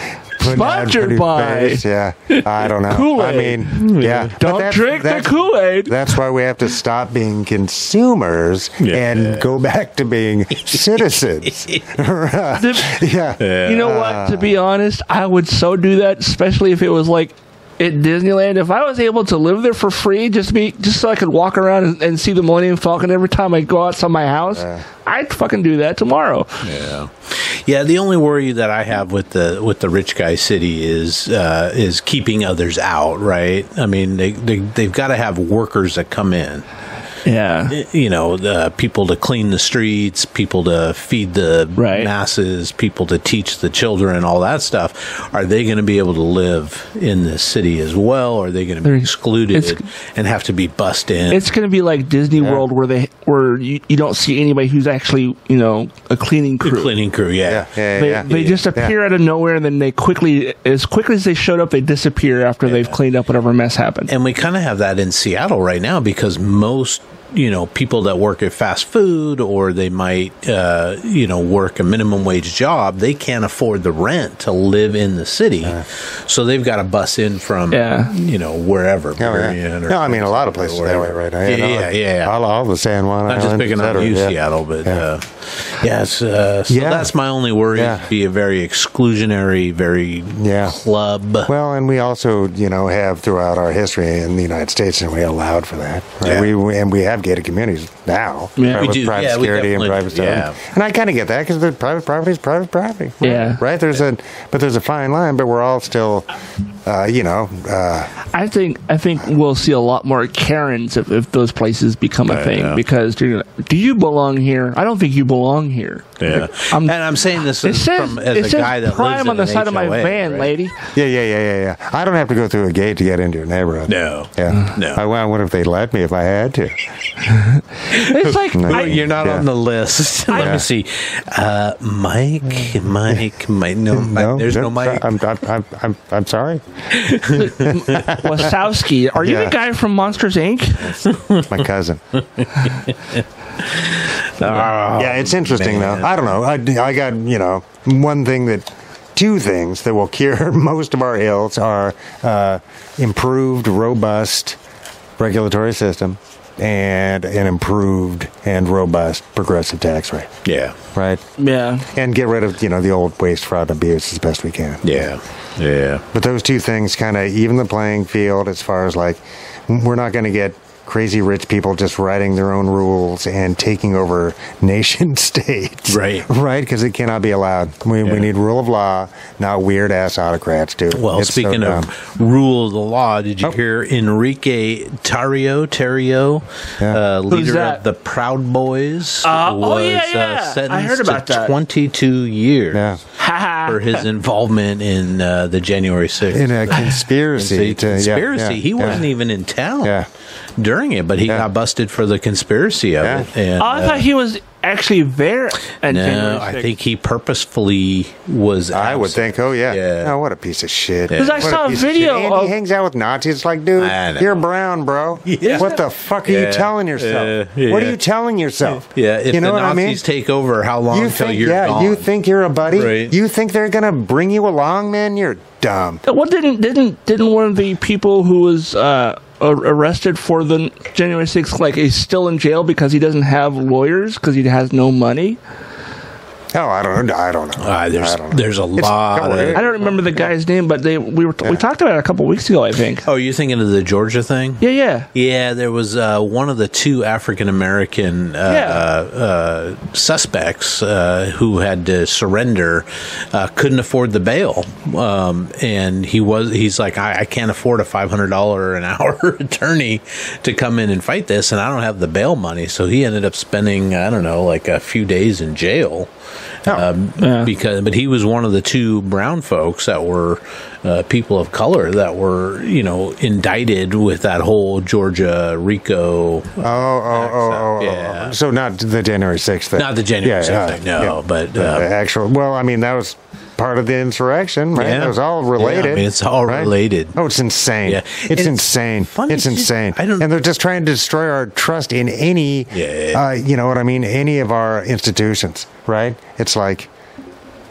putting out
Sponsored
pretty
by-
face. Yeah, I don't know. I
Kool-Aid.
mean, yeah. But
Don't
that's-
drink the
that's-
Kool Aid.
That's why we have to stop being consumers
Yeah.
and go back to being citizens. yeah.
You know what? To be honest, I would so do that, especially if it was like at Disneyland. If I was able to live there for free, just be just so I could walk around and, and see the Millennium Falcon every time I go outside my house, I'd fucking do that tomorrow.
Yeah, yeah. The only worry that I have with the with the rich guy city is uh, is keeping others out. Right? I mean, they, they they've got to have workers that come in.
Yeah,
You know, the people to clean the streets, people to feed the
Right.
masses, people to teach the children, all that stuff. Are they going to be able to live in this city as well? Are they going to be
They're-
excluded
it's-
and have to be bussed in?
it's gonna be like Disney World where they where you, you don't see anybody who's actually you know a cleaning
The
crew.
cleaning crew,
Yeah.
yeah.
Yeah.
They,
yeah.
they just appear out of nowhere and then they quickly, as quickly as they showed up, they disappear after they've cleaned up whatever mess happened.
And we kind of have that in Seattle right now because most, you know, people that work at fast food or they might, uh, you know, work a minimum wage job, they can't afford the rent to live in the city. so they've got to bus in from,
Yeah.
you know, wherever.
Oh, yeah.
Marion or-
No, I mean a lot of places that way right now. you
Yeah,
know,
yeah, yeah, yeah.
All, all the San Juan
Not just
Islands,
picking
et
on
cetera,
you,
yeah.
Seattle, but
Yeah.
uh, yes. Uh, so
Yeah.
that's my only worry.
Yeah.
Be a very exclusionary, very
Yeah.
club.
Well, and we also, you know, have throughout our history in the United States, and we allowed for that. right?
Yeah.
We- We and we have gated communities now.
Yeah.
right,
We
with
do.
Private
Yeah, we
security and
definitely
private
do.
stuff.
Yeah.
And I kind of get that because the private property is private property. Right?
Yeah.
Right. There's a but there's a fine line, but we're all still, uh, you know, uh,
I think I think we'll see a lot more Karens if, if those places become a thing
yeah.
because do do you belong here? I don't think you belong here.
Yeah,
I'm-
and I'm saying this
It
is
says
from as
it
a
says
guy that
prime
lives
on the
in an
side of my
HOA,
van,
right?
lady.
yeah, yeah, yeah, yeah, yeah. I don't have to go through a gate to get into your neighborhood.
No.
Yeah.
No.
I, I wonder if they let me if I had to.
It's like
No.
Well,
I,
you're not
Yeah.
on the list. Let
Yeah.
me see. Uh, Mike, Mike, Mike. No, Mike. there's no Mike.
I'm, I'm, I'm, I'm, I'm sorry.
Wasowski. Are you
Yeah.
the guy from Monsters Inc?
It's my cousin. Uh, yeah, it's interesting though. I don't know. I, I got you know one thing that two things that will cure most of our ills are uh, improved, robust regulatory system and an improved and robust progressive tax rate.
Yeah,
Right,
Yeah.
and get rid of you know the old waste, fraud, and abuse as best we can.
yeah, yeah.
But those two things kind of even the playing field as far as like, we're not going to get crazy rich people just writing their own rules and taking over nation states.
Right.
Right? Because it cannot be allowed. We,
Yeah.
we need rule of law, not weird ass autocrats, dude.
Well,
It's so
speaking
dumb.
of rule of the law, did you
Oh.
hear Enrique Tario Terrio,
Yeah.
uh,
Who's
leader
that?
of the Proud Boys,
Uh, oh, yeah, yeah. I heard about
to
that.
22 years
Yeah.
Ha
for his involvement in uh, the January 6th
In a conspiracy.
It's
to-
a
yeah,
conspiracy.
yeah,
he
yeah.
wasn't even in town
Yeah.
during it, but he
Yeah.
got busted for the conspiracy of
Yeah.
it. And,
Oh, I
uh,
thought he was actually there. At
no,
January
I
6th.
think he purposefully was.
I would
absent.
think, oh yeah,
Yeah.
oh what a piece of shit.
'Cause I
What
saw a
piece of
video
shit. And
of-
he hangs out with Nazis. It's like, dude,
I know.
you're brown, bro.
Yeah.
What the fuck are
Yeah.
you telling yourself?
Yeah.
What are
Yeah.
you telling yourself?
Yeah, if
you know
the
what I
Nazis
mean.
take over, how long
you
till
think,
you're
yeah,
gone?
you think you're a buddy.
Right.
You think they're gonna bring you along, man? You're dumb.
Well, didn't didn't didn't one of the people who was uh, a- arrested for the January 6th like is still in jail because he doesn't have lawyers because he has no money?
Oh, I don't, I don't know.
Ah, there's
I don't know.
there's a
It's-
lot.
don't
Of,
worry.
I don't remember the guy's name, but they we were t- we
Yeah.
talked about it a couple weeks ago, I think.
oh, you're thinking of the Georgia thing?
Yeah, yeah.
Yeah, there was uh, one of the two African American uh,
Yeah.
uh, suspects uh, who had to surrender, uh, couldn't afford the bail, um, and he was he's like, I, I can't afford a five hundred dollar an hour attorney to come in and fight this, and I don't have the bail money, so he ended up spending I don't know like a few days in jail. Um, because but he was one of the two brown folks that were uh, people of color that were you know indicted with that whole Georgia
Oh,
Rico
oh, oh, oh, oh,
Yeah.
oh. So not the January sixth thing.
Not the January 6th thing, no, but,
The
uh,
actual. Well, I mean, that was part of the insurrection, right?
Yeah.
That was all
Yeah, I
related.
mean, it's all
right?
related.
Oh, it's insane.
Yeah.
It's,
It's
insane.
funny
it's
too.
insane.
I don't-
And they're just trying to destroy our trust in any.
Yeah.
Uh, you know what I mean? Any of our institutions, right? It's like.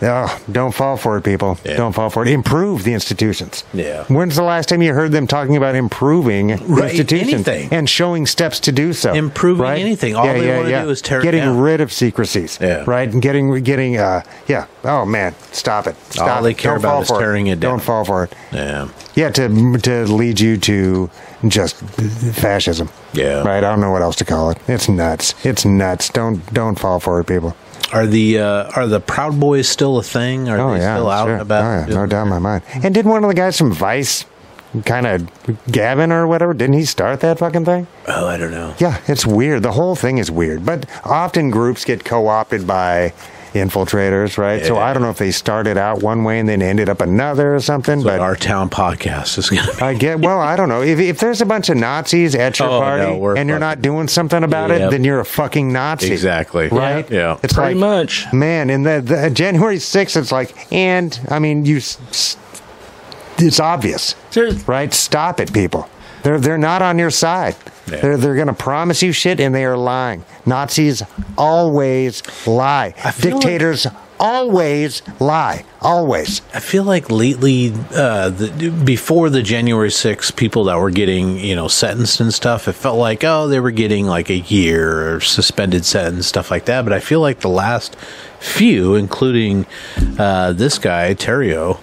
Oh, don't fall for it, people.
Yeah.
Don't fall for it. Improve the institutions.
Yeah.
When's the last time you heard them talking about improving
Right,
institutions
anything.
and showing steps to do so?
Improving anything. All they wanna do is tear it
Getting
down.
rid of secrecies.
Yeah.
Right. And getting getting uh yeah. Oh man, stop it. Stop
they
it.
care
Don't
about
fall
is
for
tearing it down.
Don't fall for it.
Yeah.
Yeah, to to lead you to just fascism.
Yeah.
Right. I don't know what else to call it. It's nuts. It's nuts. Don't don't fall for it, people.
Are the uh, are the Proud Boys still a thing? Are
Oh
they
yeah,
still out
sure.
and about?
Oh, yeah, no doubt in my mind. And didn't one of the guys from Vice, kind of Gavin or whatever, didn't he start that fucking thing?
Oh, I don't know.
Yeah, it's weird. The whole thing is weird. But often groups get co-opted by infiltrators, right? So
Yeah.
I don't know if they started out one way and then ended up another or something.
But
but
our town podcast is going to be.
I get well. I don't know if, if there's a bunch of Nazis at your
Oh, no,
party
we're
and you're not doing something about
Yep.
it, then you're a fucking Nazi.
Exactly.
Right.
Yeah.
It's
Pretty
like,
much.
man and the, the january 6th it's like and i mean you s- s- it's obvious
There's-
right stop it people they're they're not on your side
Yeah.
they're they're going to promise you shit and they are lying nazis always lie
feel like-
dictators always lie always
I feel like lately, uh, the, before the January 6th, people that were getting, you know, sentenced and stuff, it felt like, oh, they were getting like a year or suspended sentence, stuff like that. But I feel like the last few, including uh, this guy, Terrio,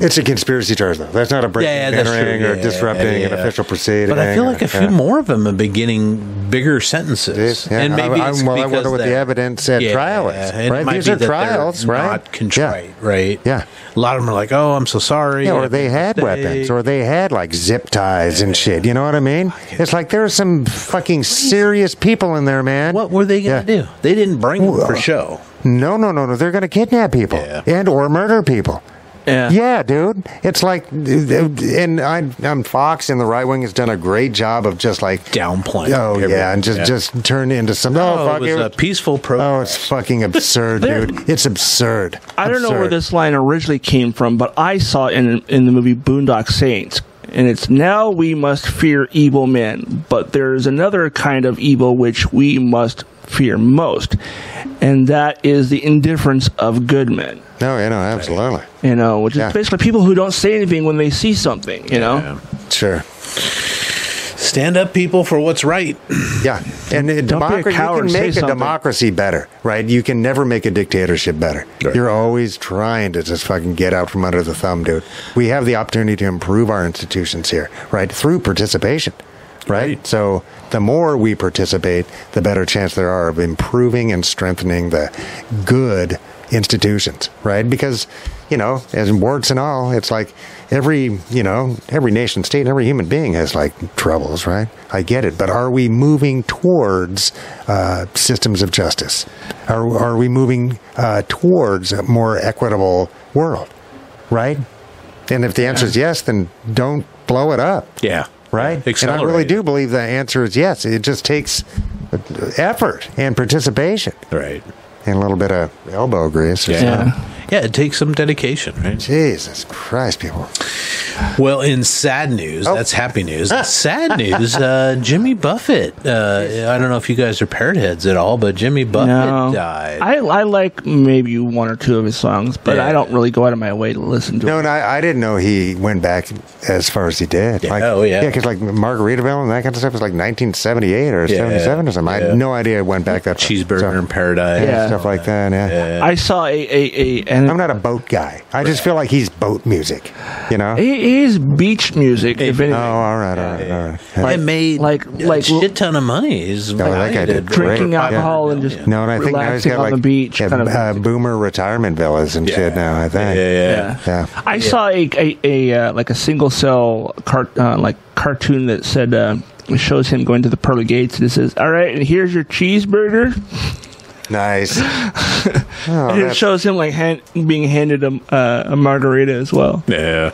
it's a conspiracy charge though that's not a breaking
Um, Yeah, yeah, that's
entering
true.
or
Yeah,
disrupting
yeah,
an
yeah.
official proceeding
but I feel like
or- uh,
a few
yeah.
more of them have been getting bigger sentences.
Yeah,
and
I-
maybe
I-
it's
well, I
because
wonder what the
they're-
evidence at trial is,
and it
right?
might
These
be
are
that they're
trials, right?
Not
Yeah.
contrite, right?
Yeah.
A lot of them are like, "Oh, I'm so sorry."
Yeah,
I
or they
made a
had weapons,
mistake.
or they had like zip ties and shit. You know what I mean? It's like there are some fucking serious people in there, man.
what were they going to
Yeah.
do? They didn't bring them for
Well,
show.
No, no, no, no. They're going to kidnap people
Yeah.
and or murder people.
Yeah.
Yeah, dude. It's like, and I, I'm Fox, and the right wing has done a great job of just like
Downplaying.
Oh
everything.
yeah, and just just turn into some.
Oh,
Oh, fuck
it was a peaceful pro.
Oh, it's fucking absurd,
There-
dude. It's absurd.
I don't know where
Absurd.
this line originally came from, but I saw it in in the movie Boondock Saints, and it's now we must fear evil men, but there is another kind of evil which we must fear most, and that is the indifference of good men.
No, you know, absolutely.
You know, which is
Yeah.
basically people who don't say anything when they see something. You know,
Yeah.
Sure.
Stand up, people, for what's right.
Yeah, and uh, democracy, you
coward
can
and say
make a
something.
democracy better, right? You can never make a dictatorship better.
Right.
You're always trying to just fucking get out from under the thumb, dude. We have the opportunity to improve our institutions here, right, through participation, right?
Right.
So the more we participate, the better chance there are of improving and strengthening the good institutions, right? Because you know, as warts and all, it's like every you know every nation state and every human being has like troubles, right? I get it, but are we moving towards uh, systems of justice? Are are we moving uh, towards a more equitable world, right? And if the answer is yes, then don't blow it up
Yeah.
right? And I
Accelerate
really
it.
do believe the answer is yes. It just takes effort and participation
Right.
and a little bit of elbow grease. or
Yeah.
something.
yeah. it takes some dedication, right?
Jesus Christ, people.
Well, in sad news,
Oh.
that's happy news. In sad news, uh, Jimmy Buffett. Uh, I don't know if you guys are parrot heads at all, but Jimmy Buffett
No.
died.
I, I like maybe one or two of his songs, but
Yeah.
I don't really go out of my way to listen to
No,
it.
and I, I didn't know he went back as far as he did.
Yeah.
Like,
Oh, yeah.
Yeah, because like Margaritaville and that kind of stuff was like 1978 or
Yeah.
77 or something. I
Yeah.
had no idea it went back that far.
Cheeseburger
So,
in Paradise.
yeah,
Yeah.
stuff like that. Yeah.
I saw a a, a and
I'm not a boat guy. I just feel like he's boat music, you know?
it is beach music. If
oh,
anything,
all right, all right, all right.
I made
like-
like
like-
a shit ton of money. Is what
Oh, that guy did great.
drinking
Yeah.
alcohol and just
No, and I think now he's
relaxing
got
on
like
the beach,
yeah,
kind of.
uh, boomer retirement villas and shit now. I
Yeah,
think.
yeah,
yeah.
Yeah.
I saw a a, a uh, like a single cell cart uh, like cartoon that said uh, it shows him going to the pearly gates and it says, "All right, and here's your cheeseburger."
Nice. Oh,
and it shows him like hand, being handed a, uh, a margarita as well.
yeah.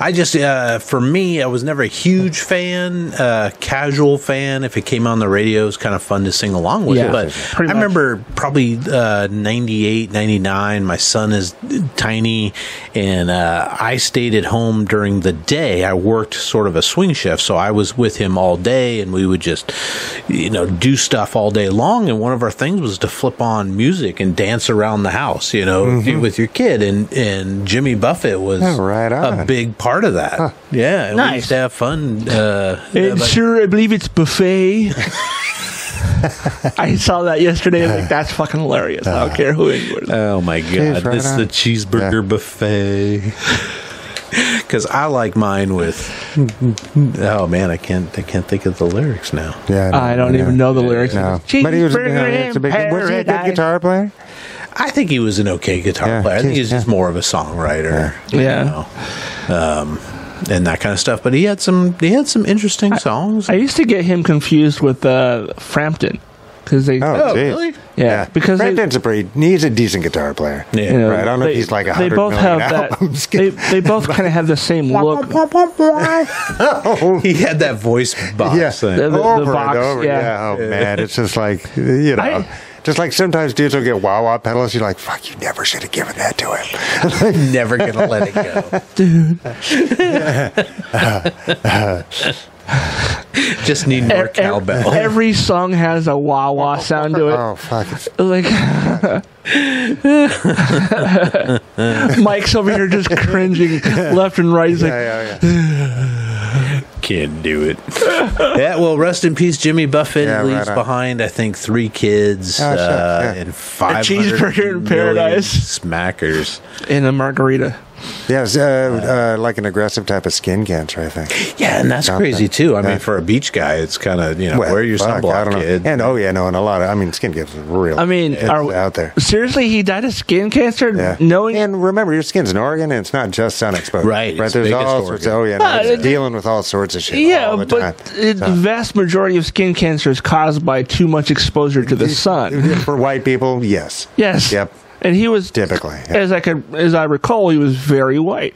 I just, uh, for me, I was never a huge fan, uh, casual fan. If it came on the radio, it was kind of fun to sing along with.
Yeah,
but I
pretty much.
remember probably uh, 98, 99, my son is tiny, and uh, I stayed at home during the day. I worked sort of a swing shift, so I was with him all day, and we would just, you know, do stuff all day long. And one of our things was Deflate flip on music and dance around the house, you know, with your kid. And and Jimmy Buffett was
Oh, Mm-hmm. right
a
on.
big part of that. Yeah, and we used to have fun. Uh,
And
like-
sure, I believe it's buffet. I saw that yesterday. I'm like, that's fucking hilarious. I don't
Uh,
care who it was.
Oh my god!
right
it's the
on.
cheeseburger buffet. Because I like mine with. Oh man, I can't. I can't think of the lyrics now.
Yeah,
I don't even know the lyrics.
No.
Cheeseburger
But he was, yeah, it's a big,
in
was he a good
paradise.
guitar player?
I think he was an okay guitar
Yeah,
player. I think he was just
yeah.
more of a songwriter.
Yeah.
you
Yeah.
know, um, and that kind of stuff. But he had some. He had some interesting songs.
I used to get him confused with uh, Frampton because they,
Oh,
Oh,
geez.
really?
yeah, because they,
Frampton's a pretty, he's a decent guitar player.
yeah.
you know,
Right, I don't know if he's like
they
100
both have
million
that.
albums.
They, they both kind of have the same look.
He had that voice box
Yeah,
thing.
The- the
over and
box,
over.
yeah.
Yeah. oh man, it's just like you know,
I-
just like sometimes dudes will get wah wah pedals. You're like, fuck, you never should have given that to him.
Never gonna let it go, dude. Just need more
Ev- ev-
cowbell.
E-, Every song has a wah wah sound to it.
oh fuck, it's
Like Mike's over here just cringing left and right. He's like,
yeah, yeah, yeah.
Can't do it. yeah, well, rest in peace, Jimmy Buffett
Yeah,
leaves
right on.
behind, I think, three kids
Oh,
uh,
sure, yeah.
and five
cheeseburger in paradise.
smackers.
in a margarita.
yeah it's, uh, uh, like an aggressive type of skin cancer, I think.
Yeah, and that's
Something.
crazy too. I mean,
Yeah.
for a beach guy, it's kind of you know
Well,
wear your
fuck, I don't
sunblock,
know.
kid.
And oh yeah, no, and a lot of I mean, skin cancer is real.
I mean,
it's
are-
out there.
Seriously, he died of skin cancer,
Yeah.
knowing
and remember, your skin's an organ, and it's not just sun exposure.
Right, it's
Right. There's
biggest
all sorts. Of,
organ.
oh yeah, no,
Ah,
it's
it-
dealing with all sorts of shit.
Yeah,
all the
but
time.
the vast majority of skin cancer is caused by too much exposure to the sun.
for white people, yes.
Yes.
Yep.
And he was
Typically, yeah.
as I could, as I recall, he was very white.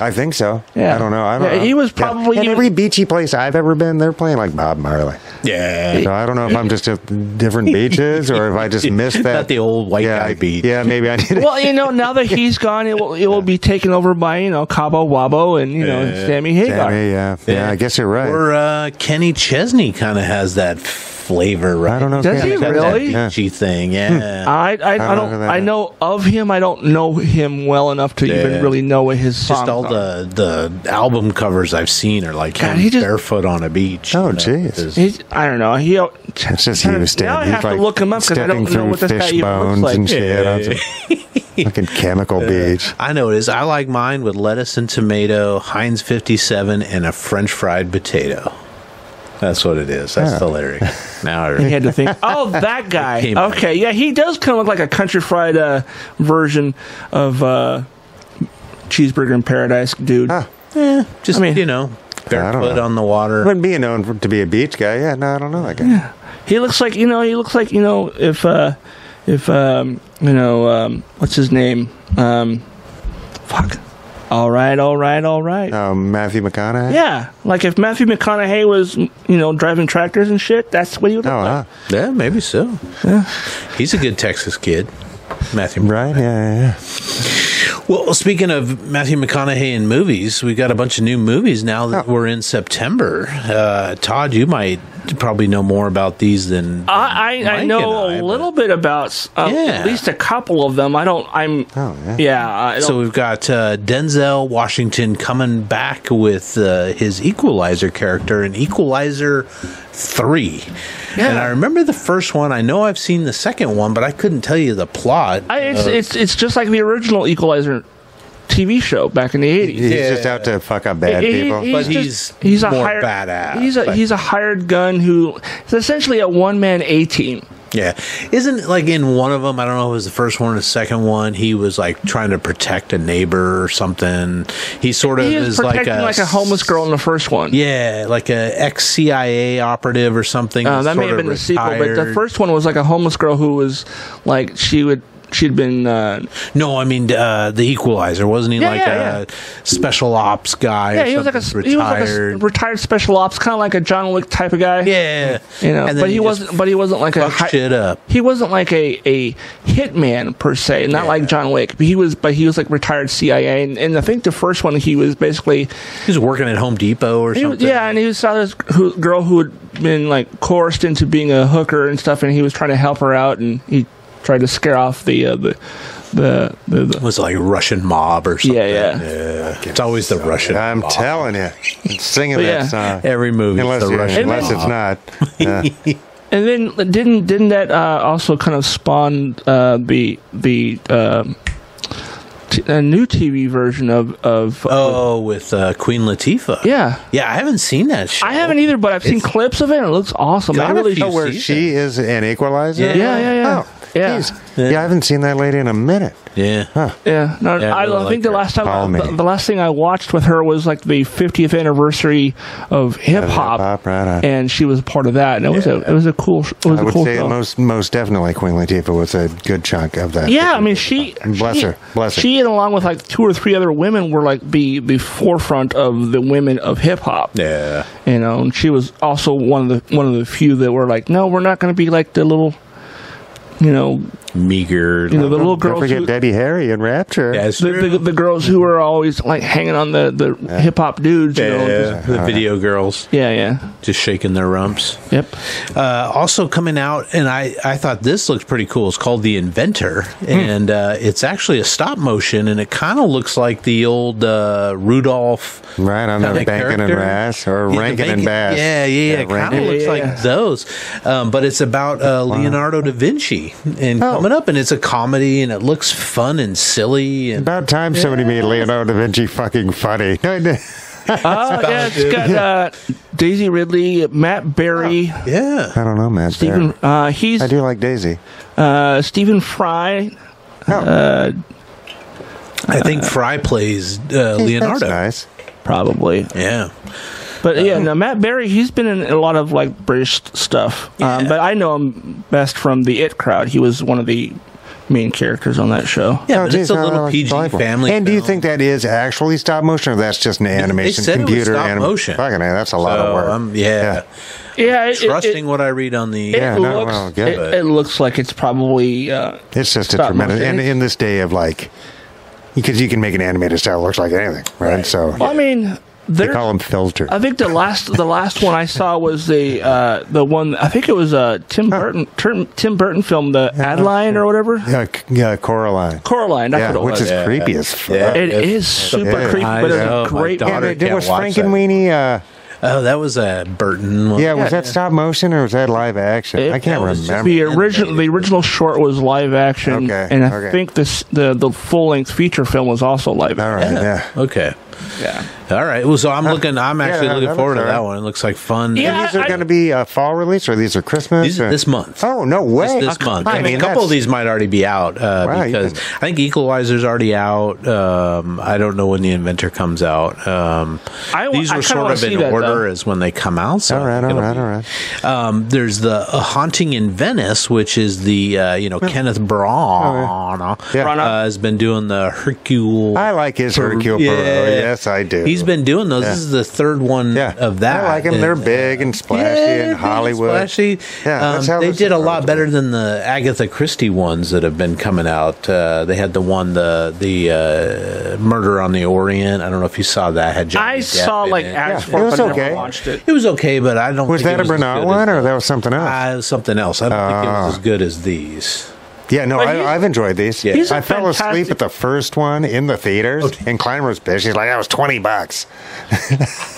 I think so.
Yeah.
I don't know. I don't
Yeah,
know.
he was probably
in
even-
every beachy place I've ever been. They're playing like Bob Marley.
yeah,
So I don't know if I'm just at different beaches or if I just missed that.
Not the old white guy beach.
Yeah, maybe I need. to
well, you know, now that he's gone, it will it will be taken over by you know Cabo Wabo and you know Sammy Hagar.
Sammy, yeah, yeah, I guess you're right.
Or uh, Kenny Chesney kind of has that flavor, right?
I don't know. if
Does he
Kenny-
really? Hmm.
Yeah.
beachy thing. Yeah.
I I, I
don't
don't
know that.
I know of him. I don't know him well enough to
Yeah.
even really know what his songs
just all
are.
the the album covers I've seen are like
God,
him
he just-
barefoot on a beach.
Oh,
you know,
jeez.
with his-
He's, I don't know. He
It's just Houston.
Now I
He's
have to
like
look him up 'cause I
stepping
don't know
through
what this guy
fish
even looks
bones
like.
and shit. on some fucking chemical beach.
I know it is. I like mine with lettuce and tomato, Heinz 57, and a French fried potato. That's what it is. That's
Yeah.
the lyric. Now I
he
remember.
had to think. Oh, that guy.
Came out.
Okay, yeah, he does kind of look like a country fried uh, version of uh, cheeseburger in paradise, dude.
Huh.
Eh, just
I mean-
you know, barefoot
know.
on the
I
water.
wouldn't be known for, to be a beach guy. Yeah, no, I don't know that guy.
He looks like you know. He looks like you know. If uh, if um, you know, um, what's his name? Um, fuck. All right, all right, all right.
Um, Matthew McConaughey.
yeah, like if Matthew McConaughey was you know driving tractors and shit, that's what he would
Oh,
look like.
huh.
Yeah, maybe so. He's a good Texas kid, Matthew.
right. Yeah, yeah, yeah.
Well, speaking of Matthew McConaughey and movies, we got a bunch of new movies now that we're in September. Uh, Todd, you might probably know more about these than
I,
Mike
I, I
and
know
I,
a
but-
little bit about uh,
Yeah.
at least a couple of them. I don't. I'm.
Oh, yeah.
I don't,
So we've got uh, Denzel Washington coming back with uh, his Equalizer character in Equalizer 3. And I remember the first one. I know I've seen the second one, but I couldn't tell you the plot.
I, it's
Uh,
it's it's just like the original Equalizer TV show back in the
He's
eighties.
just out to fuck up bad people.
But he's more badass,
He's a
but-
he's a hired gun who is essentially a one man A team.
yeah. Isn't it like in one of them, I don't know if it was the first one or the second one, he was like trying to protect a neighbor or something. He sort of
He
is
is
like
protecting
a,
like a, homeless girl in the first one.
Yeah, like a ex CIA operative or something.
Uh,
that's
that may
sort
have
of
been the sequel, but the
retired.
first one was like a homeless girl who was like she would she'd been uh,
No, I mean uh, the Equalizer. Wasn't he
Yeah,
like
yeah,
a special ops guy?
yeah
or
he was like a
something?
he was like a s- retired special ops kind of like a John Wick type of guy.
yeah,
You know,
And then
but he,
just
wasn't. But he wasn't like a
fucked
hi-
shit up.
He wasn't like a, a hitman per se, not like John Wick. But he was, but he was like retired CIA, and, and I think the first one he was basically,
He was working at Home Depot or
he was-
something.
yeah, and he saw this who, girl who would been like coerced into being a hooker and stuff, and he was trying to help her out, and he tried to scare off the uh, the, the the
It was like Russian mob or something.
Yeah, yeah.
It's always the Russian.
I'm
mob.
telling you, singing
But
that
yeah,
song.
every movie
unless,
the
it-
Russian
unless it's not. uh, Yeah.
And then didn't didn't that uh, also kind of spawn uh, the the um t- a new TV version of of
Oh, with uh, Queen Latifah.
yeah.
yeah. I haven't seen that. Show.
I haven't either, but I've seen clips of it. and It looks awesome. I
Gotta
really
be-
Oh, where
see
she is an equalizer?
Yeah.
Yeah, yeah, yeah.
Oh,
Yeah.
geez. yeah. I haven't seen that lady in a minute.
Yeah,
Yeah, no,
Yeah, I
I,
really
I
like
think the
her.
last time
Call me.
the, the last thing I watched with her was like the 50th anniversary of hip hop,
hip-hop, right on.
and she was part of that, and it was a it was a cool sh- it was
I
a
would
cool
say
show.
most most definitely Queen Latifah was a good chunk of that.
yeah, I mean she
Bless
she,
her, bless her.
She and along with like two or three other women were like the the forefront of the women of hip hop.
yeah.
you know, and she was also one of the one of the few that were like, no, we're not going to be like the little, you know,
Meager.
you know the little
Don't
girls.
forget
Who,
Debbie Harry in Rapture.
yeah, it's
the,
true.
the, the girls who were always like hanging on the, the hip hop dudes, you
Yeah,
know, just-
the video girls
yeah, yeah,
just shaking their rumps.
yep.
Uh, also coming out, and I, I thought this looks pretty cool. It's called The Inventor,
Hmm.
and uh, it's actually a stop motion, and it kind of looks like the old uh, Rudolph.
Right on the
kinda
Bankin and
character.
Bass or
Yeah, the
Rankin
Bankin-
and Bass.
Yeah, yeah, yeah. It kind
Rankin-
of looks
Yeah,
like
yeah, yeah.
those, um, but it's about uh, Leonardo da Vinci and
Oh.
coming up, and it's a comedy, and it looks fun and silly, and
About time somebody made Leonardo da Vinci fucking funny. No, no.
Oh yeah, it's got uh, Daisy Ridley, Matt Berry,
yeah,
I don't know, man.
Stephen. Uh, he's
Oh. I do like Daisy.
uh, Stephen Fry.
Oh,
Uh, I think Fry plays uh,
geez,
Leonardo.
That's nice.
Probably,
Yeah,
but
Uh-huh.
yeah, no. Matt Berry, he's been in a lot of like British st- stuff, um, but I know him best from the It crowd. He was one of the main characters on that show.
yeah,
Oh,
but
geez,
it's a
no,
little
no, it's
PG
delightful.
family.
And do you
film.
think that is actually stop motion, or that's just an animation
said it was
computer?
stop
anim-
motion.
Fucking, hell, that's a lot
So,
of work.
um, yeah.
Yeah, it, it-
trusting
it-
what I read on the.
It
Yeah, no,
looks,
well, yeah,
it,
but-
it looks like it's probably uh,
It's just a
Stop
tremendous,
motion.
and in this day of like, because you can make an animated style that looks like anything, right? So
well, I mean,
they
there.
call them filter.
I think the last the last one I saw was the uh, the one I think it was uh, Tim Burton Tim, Tim Burton film the Adeline or whatever
Yeah, c- yeah, Coraline.
Coraline that's
yeah,
what it
which
was.
is
Yeah.
creepy as fuck.
Yeah.
Yeah,
it
it's-
is super
Yeah.
creepy,
I
but
know,
it's a
my
great.
daughter-
there- there
can't
was
watch
Frank and
that.
Weenie. Uh,
Oh, that was a Burton. One.
yeah, was that stop motion or was that live action?
It-
I can't
that was just
remember.
The original the original short was live action,
Okay,
and I
okay.
think this the the full length feature film was also live.
All
action.
right, yeah.
Okay.
Yeah.
All right. Well, so I'm looking. I'm actually
that
looking
looks
forward to
alright.
that one. It looks like fun.
Yeah.
And these are
I-
going to be a fall release, or these are Christmas?
These are
or-
this month.
Oh no way!
This, this month.
I
and
mean,
a couple of
that's-
these might already be out uh,
Wow, you
because
can-
I think Equalizer's already out. Um, I don't know when The Inventor comes out. Um,
I-
these
I
were
kinda
sort
wanna
of in
see that,
order
though.
as when they come out. So
All right, all right, all right.
Um, there's the A Haunting in Venice, which is the uh, you know Kenneth Branagh
Oh, Yeah.
uh, has been doing the Hercule.
I like his Hercule Poirot. Yes, I do.
He's been doing those. This is the third one
yeah.
of that.
I like them.
And-
They're big and splashy
Yeah, big
and Hollywood.
Splashy.
Yeah,
Um,
that's how
they
this
did a
is
lot
relatively-
better than the Agatha Christie ones that have been coming out. Uh, they had the one the the uh, Murder on the Orient. I don't know if you saw that. Had Johnny
I
Depp
saw
in
like
it.
ads
Yeah,
for
it
it,
was
but I
okay.
never watched it.
It was okay, but I don't.
Was that
think
a
it was as
Bernard
good as
one, or
the-
that was something else?
Uh, it was something else. I don't think
Ah.
it was as good as these.
yeah, no,
But
I,
he's-
I've enjoyed these.
Yeah. he's
a
I fell asleep
fantastic-
at the first one in the theaters, and Klein was pissed. He's like, "That was twenty bucks."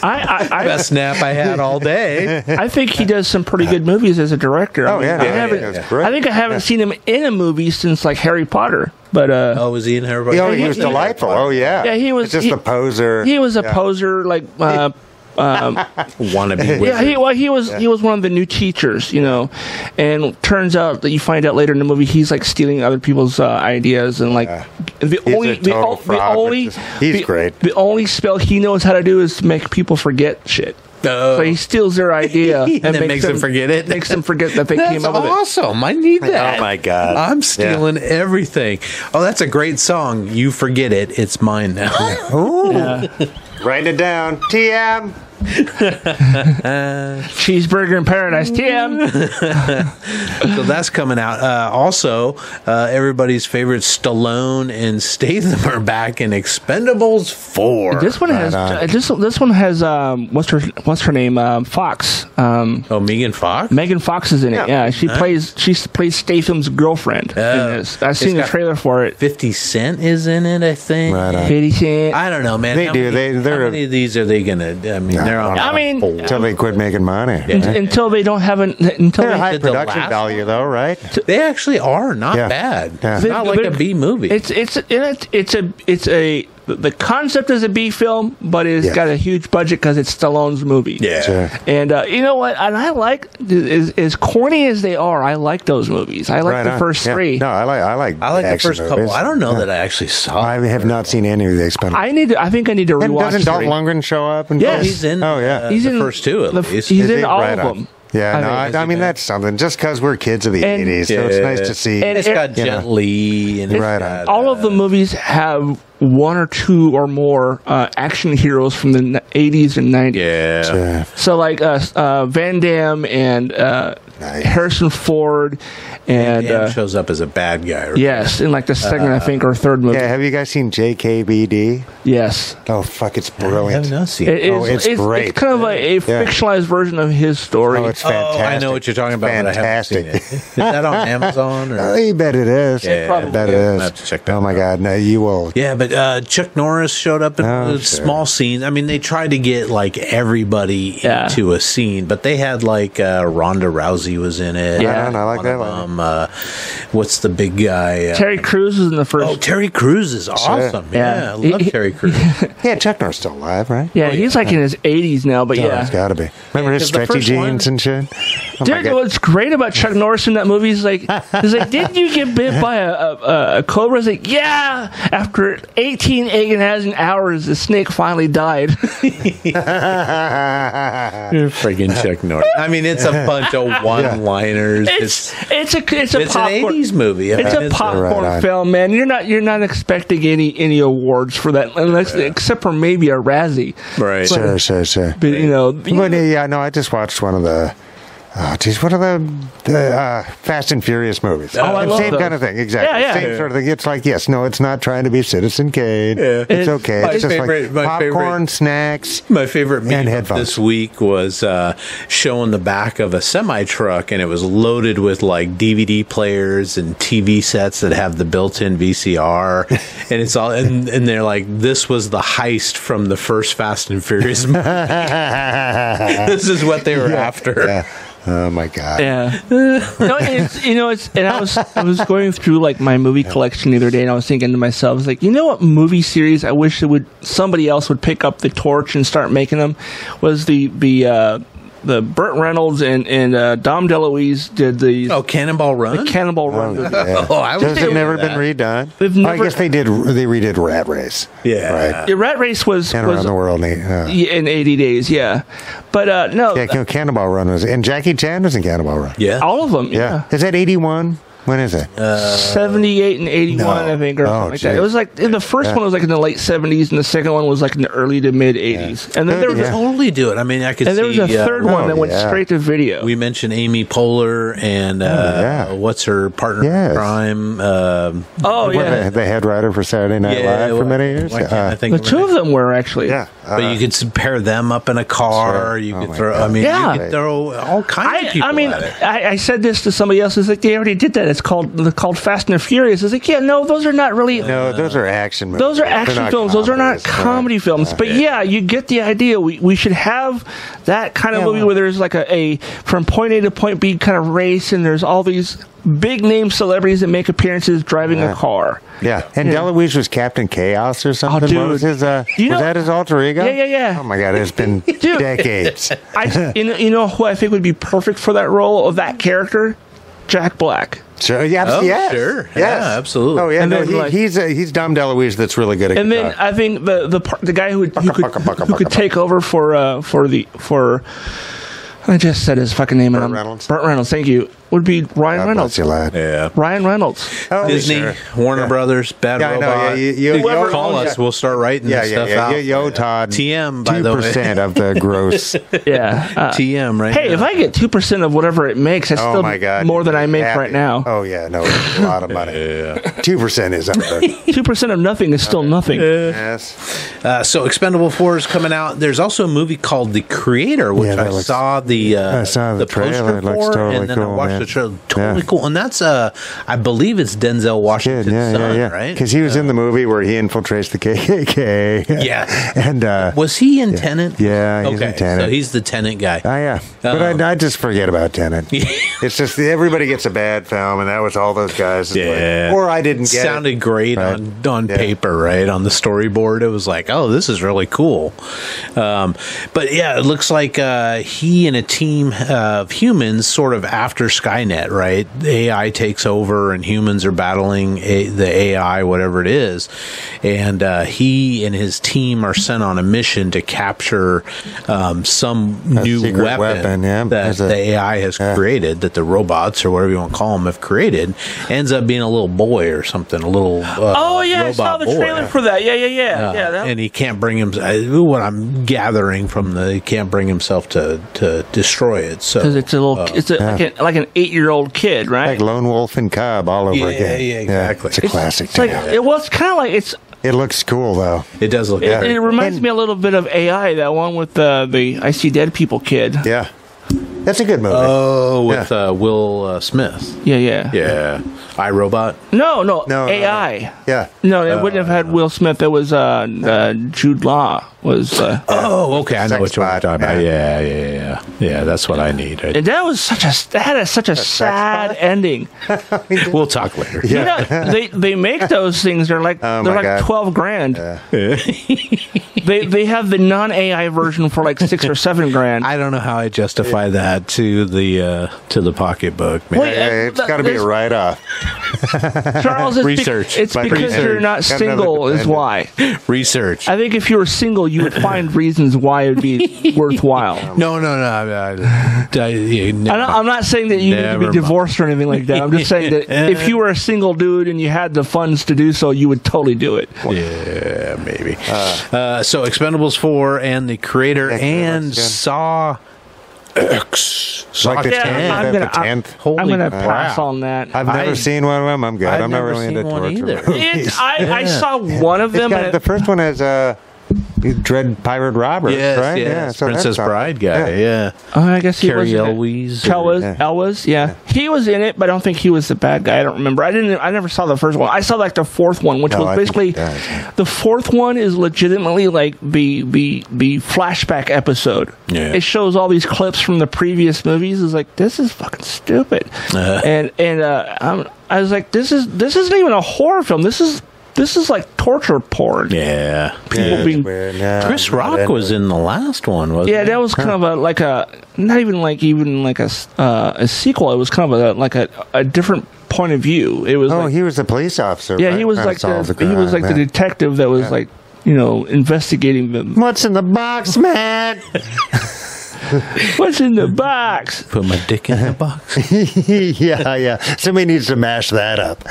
I I, I
Best snap I had all day.
I think he does some pretty good movies as a director. I
Oh
mean,
yeah,
I,
no, yeah,
haven't,
yeah, it's great.
I think I haven't seen him in a movie since like Harry Potter. But uh,
oh, was he in Harry Potter?
Oh, he was
he-
delightful. Oh yeah,
Yeah, he was-
It's just
he-
a poser.
he was a poser, like uh,
Wannabe wizard.
yeah, he well he was he was one of the new teachers, you know. And turns out that you find out later in the movie he's like stealing other people's uh, ideas and like the
He's
only
a
the,
total
o- the
fraud,
only
but just- he's
the-
great.
The only spell he knows how to do is to make people forget shit.
Oh.
So he steals their idea and
That makes them forget it.
Makes them forget that they
Oh, That's
came up with it.
awesome. I need that.
Oh, my God.
I'm
Yeah.
stealing everything. Oh, that's a great song.
Oh.
You forget it. It's mine now.
Write it down. TM.
Cheeseburger in Paradise, Tim.
So that's coming out. Uh, also, uh, everybody's favorite Stallone and Statham are back in Expendables Four.
This one has
on.
uh, this this one has um what's her what's her name um Fox um
oh, Megan Fox.
Megan Fox is in it.
Yeah.
Yeah, she plays she s- plays Statham's girlfriend.
Oh.
in this. I've
It's
seen the
got-
trailer for it.
Fifty Cent is in it, I think.
Right on.
Fifty Cent.
I don't know, man.
They
How
do. They-
many-
they're-
how many of these are they gonna? I mean,
Yeah,
they're on.
I
like
mean,
four.
Until they quit making money.
Yeah.
until they don't have an until
They're
they-
high
Did the
production
last
value, though, right?
they actually are not
Yeah.
bad.
Yeah.
It's not
They-
like a
they-
B movie.
It's it's it's it's a it's a the concept is a B film, but it's
Yeah.
got a huge budget because it's Stallone's movie.
yeah.
Sure.
And uh, you know what? And I like as, as corny as they are. I like those movies. I like
Right
the
on.
first
Yeah.
three.
No, I like I like.
I like the
action
first couple.
movies.
I don't know
Yeah.
that I actually saw.
I
it.
have not seen any of the Expendables.
I need. To, I think I need to
and
rewatch.
doesn't Dolph
three.
Lundgren show up? And
Yes.
Oh,
He's in.
Oh yeah.
uh, the first two at
the-
least.
He's
Is
in
he?
all
Right
of
on.
them.
Yeah,
I
no,
think-
I,
Is he
I mean
bad?
that's something. Just because we're kids of the
And-
'80s, so it's nice to see.
And it's
it-
got
you
Jet
know.
Li and it's
Right
got,
on.
uh,
all of the movies have one or two or more uh, action heroes from the n- 80s and 90s.
yeah.
Yeah.
So like uh, uh, Van Damme and uh,
Nice.
Harrison Ford and
Damn
uh,
shows up as a bad guy. Right?
yes, in like the second I think or third movie.
Yeah, have you guys seen JKBD?
Yes,
Oh fuck, it's
I have
brilliant.
not seen.
It
It,
is.
Oh, it's great.
kind of a, a fictionalized version of his story.
Oh, it's
oh,
fantastic.
I know what you're talking about.
Fantastic.
But I haven't seen it. Is that on Amazon? Or?
I bet it is.
Yeah,
I bet it
yeah, I'll
is.
have to check that
oh my
out.
god, no, you will.
Yeah, but uh, Chuck Norris showed up in
Oh,
a
sure.
small scenes. I mean, they tried to get like everybody
Yeah.
into a scene, but they had like uh, Ronda Rousey was in it.
Yeah.
I know, I like
One of
that one.
them, uh, what's the big guy? Uh,
Terry Crews is in the first.
oh, Terry Crews is awesome.
Yeah.
Yeah. I love
He- he-
Terry Crews.
Yeah, Chuck Norris still alive, right?
yeah, he's like in his 80s now, but
Oh,
yeah.
it's got to be. Remember his
'cause the
stretchy
first
jeans
one-
and shit. Oh my
Dude,
God.
what's great about Chuck Norris in that movie is like, he's like, did you get bit by a, a, a- a cobra? He's like, yeah. After 18 egg and hazing hours, the snake finally died.
Friggin' Chuck Norris. I mean, it's a bunch of one-liners.
it's
It's
it's a it's a
it's an
popcorn.
'80s movie. I
It's
mean,
a popcorn
Right on.
film, man. You're not you're not expecting any any awards for that, unless except for maybe a Razzie.
right.
sure, sure, sure.
But you know,
Well, yeah, no, I just watched one of the. Oh, geez, what are the, the uh, Fast and Furious movies?
Oh, I
And
love
Same
those.
kind of thing, exactly.
Yeah, yeah.
Same sort of thing. It's like, yes, no, it's not trying to be Citizen Kane. It's,
It's
okay.
my
It's just
favorite- my
like popcorn,
favorite-
snacks.
My favorite meme of
headphones.
this week was uh, showing the back of a semi truck, and it was loaded with like DVD players and TV sets that have the built-in VCR, and it's all and, and they're like, "This was the heist from the first Fast and Furious. movie. this is what they were after."
Yeah. Oh, my God.
Yeah. no, it's, you know, it's and I was I was going through like my movie collection the other day, and I was thinking to myself, I was like, you know what movie series I wish that would somebody else would pick up the torch and start making them was the the uh, the Burt Reynolds and and uh, Dom DeLuise did the
Oh, Cannonball Run.
Cannibal Run.
Oh,
movie.
yeah.
Oh, I would
Those
do
have never
that.
been redone.
They've
Oh, I
never-
guess they did. They redid Rat Race.
Yeah.
right.
Yeah, Rat Race was
And
was
around the world, they- uh, yeah.
in eighty days, yeah, but uh, no,
Can- Cannonball Run was, and Jackie Chan was in Cannonball Run.
yeah.
all of them,
Yeah.
yeah.
Is that eighty-one? When is it?
78 and 81,
No.
I think, or
Oh,
something like that.
geez.
It was like in the first
Yeah.
one was like in the late 70s, and the second one was like in the early to mid 80s. And then there was
Yeah.
Totally do it. I mean, I could.
and there was
see,
a
uh,
third one
Oh,
that went
yeah.
straight to video.
We mentioned Amy Poehler and uh,
Oh, yeah.
what's her partner
Yes.
in crime? Um
oh
What,
yeah,
the, the head writer for Saturday Night Live for
why-
many years.
why can't
Uh,
I think
the
of her
two of
name?
them were actually.
yeah, uh,
But you could s- pair them up in a car.
Sure.
You
Oh
could
my
throw. I
God.
mean,
Yeah.
you could throw all kinds of
I,
people.
I mean, uh,
at it.
I, I said this to somebody else. It's like they already did that. It's called they're called Fast and the Furious. It's like, yeah, no, those are not really.
no, those are action. movies.
Those are
They're
action
not
films. Those are not
comedies. uh, They're
comedy films. But yeah, you get the idea. We we should have that kind of
Yeah,
movie
well-
where there's like a, a from point A to point B kind of race, and there's all these big name celebrities that make appearances driving a
Yeah.
car.
Yeah, and Deluise was Captain Chaos or something.
Oh, dude.
What was his? Uh,
You
was
know-
that his alter ego?
Yeah, yeah, yeah.
Oh my God, it's been decades.
I you know, you know who I think would be perfect for that role of that character, Jack Black.
Sure. Yeah.
Oh,
yes.
sure.
Yes.
Yeah, absolutely.
Oh yeah.
And
no,
then,
he,
like-
he's uh, he's Dom Deluise. That's really good at.
And then uh,
guitar.
I think the the par- the guy who would, who could,
bucka, bucka,
who could
bucka,
take over for uh, for the for I just said his fucking name.
Burt
and I'm-
Reynolds?
Burt Reynolds. Thank you. Would be Ryan
God
Reynolds.
bless you, lad.
Yeah.
Ryan Reynolds.
Oh,
Disney,
sure.
Warner
Yeah.
Brothers, Bad
Yeah, I know.
Robot.
Yeah, you- you-
Dude,
you-
call
yeah.
us. We'll start writing
Yeah,
this
yeah,
stuff
yeah.
out.
Yo, yo, Todd.
TM, by
Two
the way.
percent of the gross.
Yeah. Uh,
TM, right?
hey,
now.
if I get two percent of whatever it makes, that's
Oh
still
my god,
more than I make
Happy.
right now.
Oh yeah, no, it's a lot of money. Two percent is up there.
Two percent of nothing is still nothing.
yes.
Uh, so Expendable Four is coming out. There's also a movie called The Creator, which
Yeah, that
I
looks-
saw the uh,
I saw the trailer. It looks totally
and then I
cool,
watched
man.
the trailer. Totally
Yeah.
cool, and that's uh, I believe it's Denzel
Kid,
Washington's
yeah, yeah,
son,
yeah.
right?
Because he was in the movie where he infiltrates the KKK.
Yeah.
and uh,
was he in Tenant?
Yeah, he's in
okay,
Tenet.
so he's the Tenant guy.
Oh yeah, but
Um,
I, I just forget about Tenet. it's just everybody gets a bad film, and that was all those guys. It's like-
Yeah.
or I didn't get
sounded great
Right.
on, on
Yeah.
paper, right? On the storyboard, it was like, oh, this is really cool. Um, but yeah, it looks like uh, he and a team of humans, sort of after Skynet, right? AI takes over and humans are battling a, the AI, whatever it is. And uh, he and his team are sent on a mission to capture um, some new
secret
weapon,
weapon, yeah.
that
There's a-
the AI has created that the robots or whatever you want to call them have created ends up being a little boy or something, a little. Uh,
Oh yeah, I
robot
saw the
boy.
trailer for that. Yeah, yeah, yeah,
Uh,
yeah. That,
and he can't bring him. I- What I'm gathering from the, he can't bring himself to to destroy it. So
Because it's a
uh,
little, it's a, like, a, like an eight-year-old kid, right?
like Lone Wolf and Cub all over
Yeah,
again.
yeah, exactly.
it's a classic.
it's like
tale.
it was kind of like it's.
it looks cool though.
it does look.
It,
good.
it reminds
And-
me a little bit of AI, that one with the the I see dead people kid.
Yeah, that's a good movie.
Oh, with
Yeah.
uh, Will uh, Smith.
Yeah, yeah,
Yeah, I Robot.
No, no,
No, no, no.
AI.
yeah,
No, it wouldn't have had Will Smith. It was uh, uh, Jude Law was, uh,
Oh, okay, I know
Sex
what you're
bot,
talking about.
yeah.
Yeah, yeah, yeah, yeah. That's what I need. I-
and that was such a that had such a sad ending.
We'll talk later.
You know, they they make those things. They're like
Oh,
they're
my
like
God.
twelve grand. they they have the non AI version for like six or seven grand.
I don't know how I justify that to the uh, to the pocketbook. Man.
Wait,
Yeah, it's
that-
got to be a
this-
write off.
Charles, it's, be-
Research.
it's
By
because
research.
you're not
Got another
single, is
defender.
why.
Research.
I think if you were single, you would find reasons why it would be worthwhile.
no, no, no. I, I, I, yeah, no.
I don't, I'm not saying that you need
Never
to
mind.
be divorced or anything like that. I'm just saying that if you were a single dude and you had the funds to do so, you would totally do it.
yeah, maybe. Uh, so, Expendables four and the creator
That
and
looks good.
Saw X. Saw
Like the
Yeah,
tenth,
I'm
the
gonna- I-
tenth.
Holy
I'm going to
crap.
pass on that.
I've never
I-
seen one of them. I'm good.
I've
I'm not
never
really
seen
into
one
torture.
either.
movies.
It, I, I saw one of
It's
them.
got-
and
the first one is uh, Dread Pirate Robert,
Yes,
right?
yes.
so that's
Princess
something.
Bride guy. Yeah.
Yeah.
Oh, I guess he
Carrie
was in it.
Elwes.
Elwes,
Yeah.
Elwes, yeah. He was in it, but I don't think he was the bad guy. I don't remember. I didn't. I never saw the first one. I saw like the fourth one, which
No,
was
I think
basically
he dies.
the fourth one is legitimately like the the the flashback episode.
Yeah.
It shows all these clips from the previous movies. It's like this is fucking stupid.
Uh-huh.
And and uh, I'm, I was like, this is this isn't even a horror film. This is this is like torture porn.
yeah.
People
Yeah,
being
weird. No,
Chris
I'm not
Rock
into
was
it.
in the last one, wasn't
Yeah,
he?
that was kind of a like a not even like even like a s- uh, a sequel. It was kind of a, like a a different point of view. It was
Oh,
like,
he was a police officer.
yeah,
right?
he was
Trying to
like the,
solve the
he was
crime,
like the
yeah.
detective that was like you know investigating them.
What's in the box, man?
What's in the box?
Put my dick in the box.
yeah, yeah. Somebody needs to mash that up.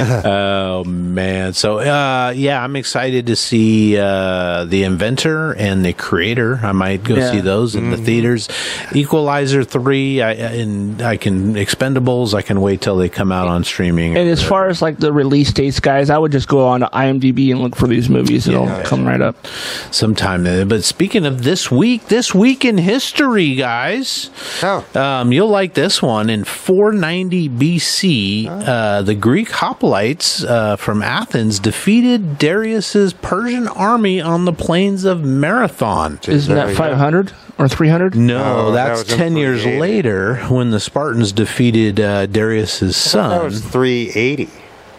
Oh man! So uh, yeah, I'm excited to see uh, the inventor and the creator. I might go
Yeah.
see those in the theaters. Equalizer three, I, I- and I can Expendables. I can wait till they come out on streaming.
And as far as like the release dates, guys, I would just go on to IMDb and look for these movies. It'll come right up.
sometime. But speaking of this week, this week in history, guys.
Oh.
Um, you'll like this one. In 490
Ah.
BC, uh, the Greek hoplites uh, from Athens defeated Darius's Persian army on the plains of Marathon.
Isn't
there
that
we go.
five hundred or three hundred?
No,
No, Oh, that
that's
was in
10 years
48.
later when the Spartans defeated uh, Darius's
That
son.
was 380.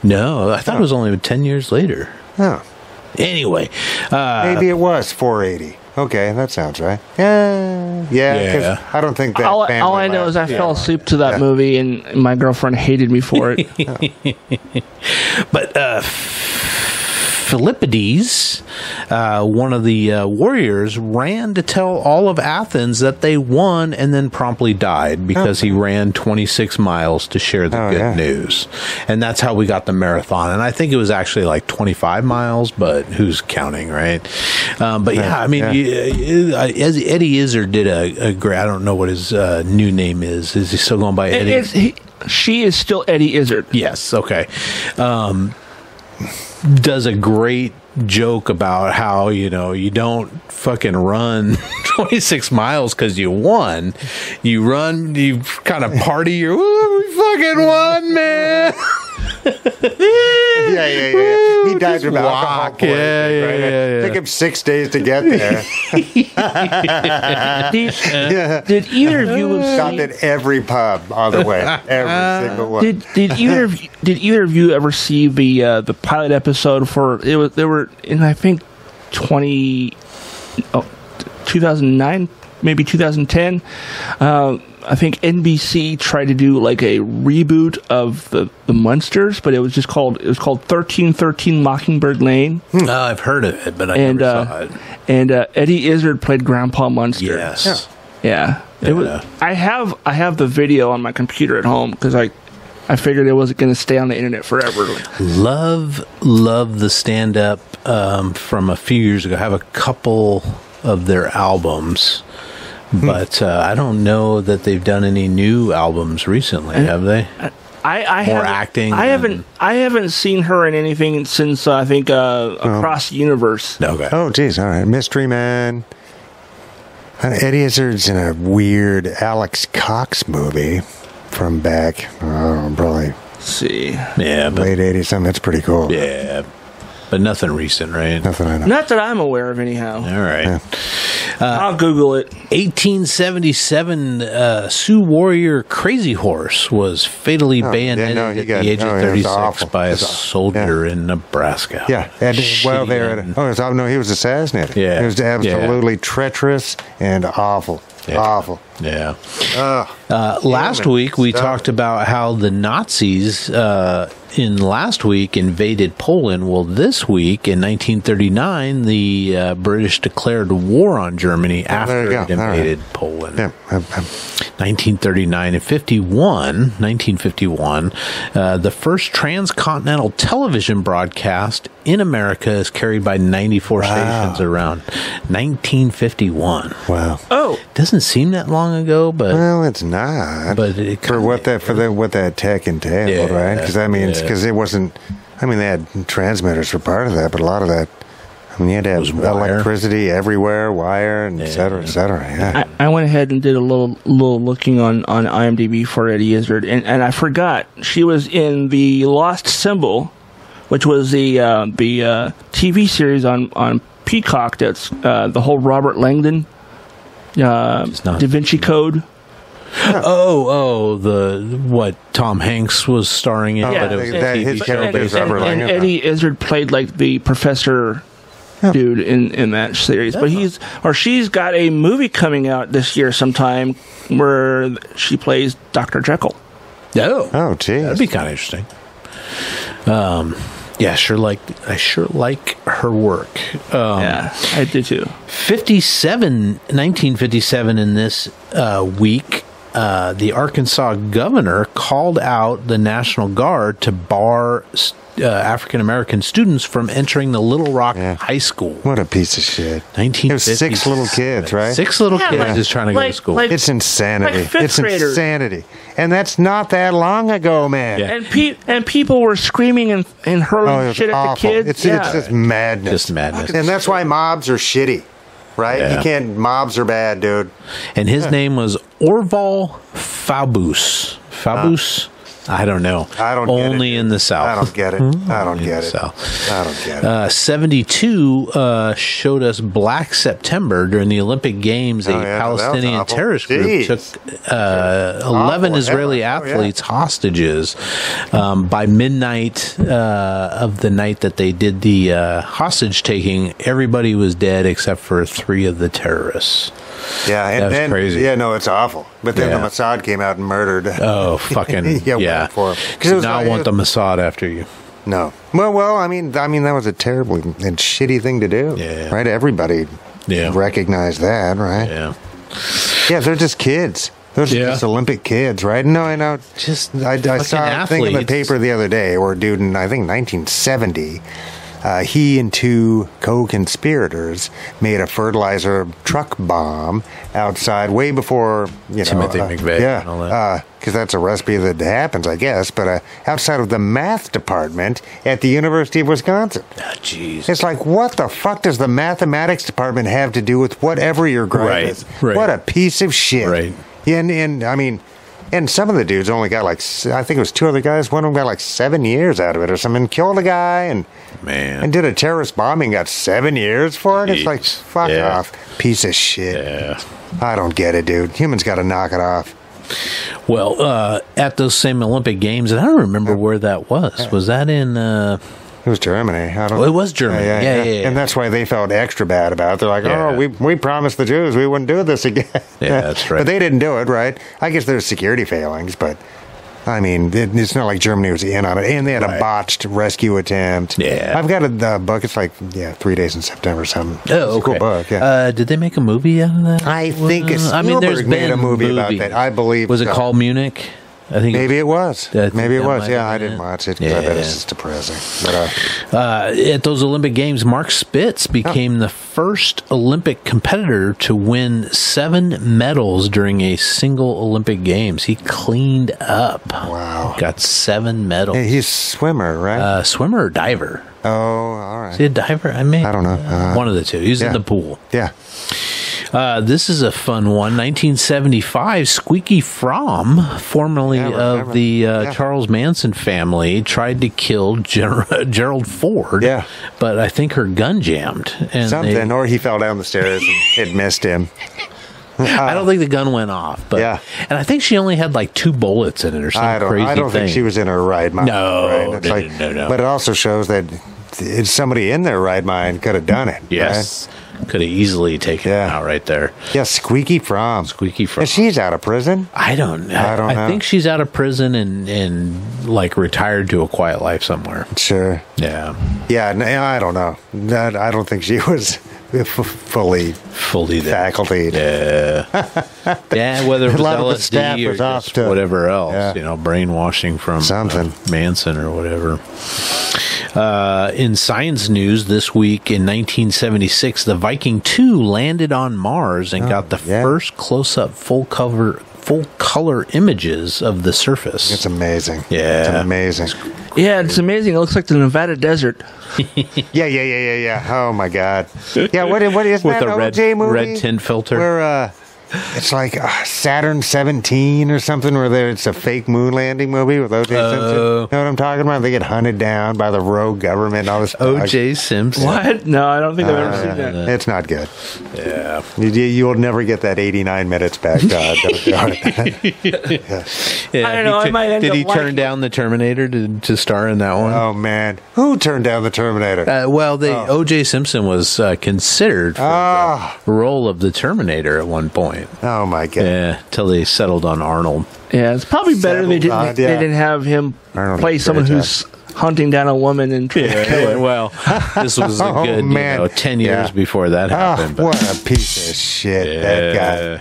no, I thought it was only 10 years later.
Oh,
Anyway, uh,
maybe it was 480. Okay, that sounds right. Yeah, yeah. 'cause
Yeah.
I don't think that.
all,
family
all I know
lasts
is I
too
fell
long.
asleep to that movie, and my girlfriend hated me for it.
but uh, Philippides, uh, one of the uh, warriors, ran to tell all of Athens that they won and then promptly died because he ran 26 miles to share the
Oh,
good
yeah.
news. And that's how we got the marathon. And I think it was actually like 25 miles, but who's counting, right? Um, but yeah, I mean,
yeah.
you- uh, as Eddie Izzard did a, a great, I don't know what his uh, new name is. Is he still going by
It
Eddie?
is, he, she is still Eddie Izzard.
Yes. Okay. Um, does a great joke about how you know you don't fucking run 26 miles because you won. You run. You kind of party. You "Woo, we fucking won, man.
Yeah, yeah, yeah. He
Woo,
died
just
from alcohol
walk. Yeah,
poisoning.
yeah,
right?
yeah,
It
yeah.
took him six days to get there.
Did, did either of you have
Stopped
seen,
at every pub on the way.
Uh,
Every single one.
did did either of you, did either of you ever see the uh, the pilot episode for it was there were in I think 20 oh, 2009 maybe 2010 uh, I think NBC tried to do like a reboot of the the Munsters but it was just called it was called 1313 Mockingbird Lane
Uh, I've heard of it, but I
and
never saw
uh,
it.
and uh, Eddie Izzard played Grandpa Munster
Yes.
yeah. It
Yeah.
was. I have I have the video on my computer at home because I I figured it wasn't going to stay on the internet forever.
Love, love the stand up um, from a few years ago. I have a couple of their albums,
Hmm.
but uh, I don't know that they've done any new albums recently, have they?
I I
More
haven't-
acting
I
and-
haven't I haven't seen her in anything since uh, I think
Oh.
uh, Across the Universe.
Okay.
Oh, geez. All right. Mystery Man. Uh, Eddie Izzard's in a weird Alex Cox movie from back, oh, probably
Let's see,
Yeah, but,
late 80s. Something that's pretty cool.
yeah, but nothing recent, right?
Nothing I know.
not that I'm aware of anyhow.
All right.
I'll Google it.
1877 uh, Sioux warrior Crazy Horse was fatally bayoneted
Oh, yeah, no, he
at
got-
the age
oh,
of
yeah, it was
36
awful.
by a
It was awful.
soldier in Nebraska.
Yeah, and well,
Shitty
there.
end.
It, oh, it's- oh, no, he was assassinated.
Yeah,
it was
yeah.
absolutely treacherous and awful,
Yeah.
awful.
Yeah.
Ugh.
Uh, last
man.
week we
Ah, Stop.
talked about how the Nazis uh, in last week invaded Poland. Well, this week in 1939, the uh, British declared war on Germany
there
after
you
it
go. All right.
invaded Poland.
yeah, I'm, I'm,
1939 and 51, 1951, uh, the first transcontinental television broadcast in America is carried by 94 stations around 1951.
wow.
Oh,
Doesn't seem that long ago, but
Well, it's not.
But it
for
kinda-
what that for the, what that tech entailed, right? 'Cause
Yeah,
right? Because I mean,
yeah.
because it wasn't. I mean, they had transmitters for part of that, but a lot of that. I mean, you had to have
was wire.
electricity everywhere, wire, and et cetera, et cetera. Yeah.
I, I went ahead and did a little little looking on, on IMDb for Eddie Izzard, and, and I forgot she was in the Lost Symbol, which was the uh, the uh, TV series on on Peacock. That's uh, the whole Robert Langdon, uh,
not-
Da Vinci Code.
Oh, oh, the what Tom Hanks was starring in,
Yeah,
but it was
they- Oh, that-
a
his
TV show
character
based
is
on-
Robert
and
Langdon.
Eddie Izzard played like the professor. Dude, in in that series, but he's or she's got a movie coming out this year sometime where she plays Doctor Jekyll.
Oh,
oh, geez.
that'd be kind of interesting. Um, yeah, sure. Like I sure like her work. Um,
yeah, I do too.
57, 1957 in this uh, week, uh, the Arkansas governor called out the National Guard to bar uh, African American students from entering the Little Rock
Yeah.
High School.
what a piece of shit.
1957.
It was six little kids, right?
Six little
Yeah,
kids
like-
just trying to go to
like-
school.
like-
It's insanity.
Like fifth
it's
graders.
insanity. And that's not that long ago, man.
Yeah.
And pe- and people were screaming and, and
Oh,
hurling
it's
shit at
awful.
the kids.
It's,
yeah.
it's just madness.
Just madness.
And that's why mobs are shitty, right?
Yeah.
You can't. Mobs are bad, dude.
and his name was Orval Fabus. Fabus? I don't know.
I don't get it,
Only in the South. Hmm?
I don't get it. I don't get it.
So-
I don't get it.
Uh, 72 uh, showed us Black September during the Olympic Games.
Oh,
A
yeah, that was
Palestinian
awful.
terrorist group
Jeez.
took uh, 11
Awful,
Israeli
yeah. Oh, yeah.
athletes hostages um, by midnight uh, of the night that they did the uh, hostage taking. Everybody was dead except for three of the terrorists.
yeah, and
that was
then
crazy.
yeah, no, it's awful. But then
Yeah.
the Mossad came out and murdered.
Oh, fucking.
Yeah,
yeah.
wait for 'em. 'Cause it
Do
was
not
like-
want the Mossad after you.
No. Well, well, I mean, I mean that was a terribly and shitty thing to do.
Yeah.
Right. Everybody.
Yeah.
Recognized that, right?
Yeah.
Yeah, they're just kids. They're
Yeah.
just Olympic kids, right? No, I know.
Just
I, I saw a thing in the paper the other day where a dude in, I think, 1970, uh, he and two co conspirators made a fertilizer truck bomb outside way before, you know.
Timothy
uh,
McVeigh
Yeah.
and all that.
Because that's a recipe that happens, I guess, but uh, outside of the math department at the University of Wisconsin.
Ah, Jeez.
It's like, what the fuck does the mathematics department have to do with whatever your gripe
Right,
is?
right.
What a piece of shit.
Right.
And, and I mean, and some of the dudes only got like, s- I think it was two other guys. One of them got like seven years out of it or something. Killed a guy and
Man.
and did a terrorist bombing, got seven years for it. It's like,
Jeez.
fuck
Yeah.
off. Piece of shit.
yeah.
I don't get it, dude. Humans got to knock it off.
Well, uh, at those same Olympic Games, and I don't remember where that was. Was that in? Uh,
It was Germany. I don't.
Well, Oh, it was Germany. Yeah, yeah, yeah.
And that's why they felt extra bad about. it. They're like,
Yeah.
oh, we we promised the Jews we wouldn't do this again.
Yeah, that's right.
but they didn't do it, right? I guess there's security failings, but I mean, it, it's not like Germany was in on it, and they had
Right.
a botched rescue attempt.
Yeah.
I've got a the book. It's like yeah, three days in September or something.
oh,
It's a cool
okay.
book. Yeah.
Uh, did they make a movie out of that? Uh,
I think it's
I mean, there's
Spielberg made
been
a movie about that. I believe
Was it
so.
called Munich? I think
Maybe it was.
I think
Maybe it
that
was.
might
Yeah,
have
I
been
didn't
it.
watch it because I bet
Yeah.
it's just depressing. But uh,
Uh, at those Olympic Games, Mark
Oh.
Spitz became the first Olympic competitor to win seven medals during a single Olympic Games. He cleaned up.
Wow.
Got seven medals.
yeah, he's a swimmer, right?
Uh, swimmer or diver?
oh, all right.
Is he a diver? I mean,
I don't know. Uh,
One of the two. He was in
yeah.
the pool.
Yeah.
Uh, this is a fun one. 1975, Squeaky Fromm, formerly
Yeah, I
of
remember.
the uh,
Yeah.
Charles Manson family, tried to kill Ger- Gerald Ford.
Yeah.
But I think her gun jammed. And
something,
they-
or he fell down the stairs and it missed him.
I don't think the gun went off. But,
Uh, Yeah.
And I think she only had like two bullets in it or some
I don't.
crazy
I don't
thing.
think she was in her right mind.
No,
right? It's
no,
like-
no, no.
But it also shows that it's somebody in their right mind could have done it.
Yes. Could have easily taken
Yeah.
it out right there.
right? Yeah, Squeaky Fromm.
Squeaky Fromm.
And she's out of prison.
I don't know.
I don't know.
think she's out of prison and, and like retired to a quiet life somewhere.
Sure.
Yeah.
Yeah. No, I don't know. That- I don't think she was f- fully
Fully there.
faculty.
Yeah. yeah, whether it was
A lot of the
LSD
staff
or
was off
just
to-
whatever else,
Yeah.
you know, brainwashing from uh,
Something.
Manson or whatever. Uh, in science news this week in 1976, the Viking 2 landed on Mars and got the
Oh, yeah.
first close-up full cover full color images of the surface.
It's amazing.
Yeah.
It's amazing.
Yeah, it's amazing. It looks like the Nevada desert.
Yeah, yeah, yeah, yeah, yeah. Oh my god. Yeah, what what is
With
that
a
OJ
red-
movie?
red tint filter.
Where uh it's like uh, Saturn 17 or something where there it's a fake moon landing movie with OJ
Oh.
Simpson. You know what I'm talking about? They get hunted down by the rogue government and all this
OJ Simpson.
What? No, I don't think I've
Uh,
ever seen that.
it's not good.
Yeah.
You, you will never get that 89 minutes back. God, don't, don't.
Yeah,
I don't
he
know, I
tu-
might end
did
up
he turn
liking
down the Terminator to, to star in that one?
Oh man, who turned down the Terminator?
Uh, well, they O.J. Simpson was uh, considered for
Ah.
the role of the Terminator at one point.
Oh my god.
Yeah, till they settled on Arnold.
Yeah, it's probably better they
Settled
didn't.
on,
They
yeah.
didn't have him
Arnold
play
did a
someone
great
who's hunting down a woman and trying to kill her.
well, this was a
Oh,
good you
man.
know, ten years
Yeah.
before that
Ah,
happened. but,
what a piece of shit
Yeah.
that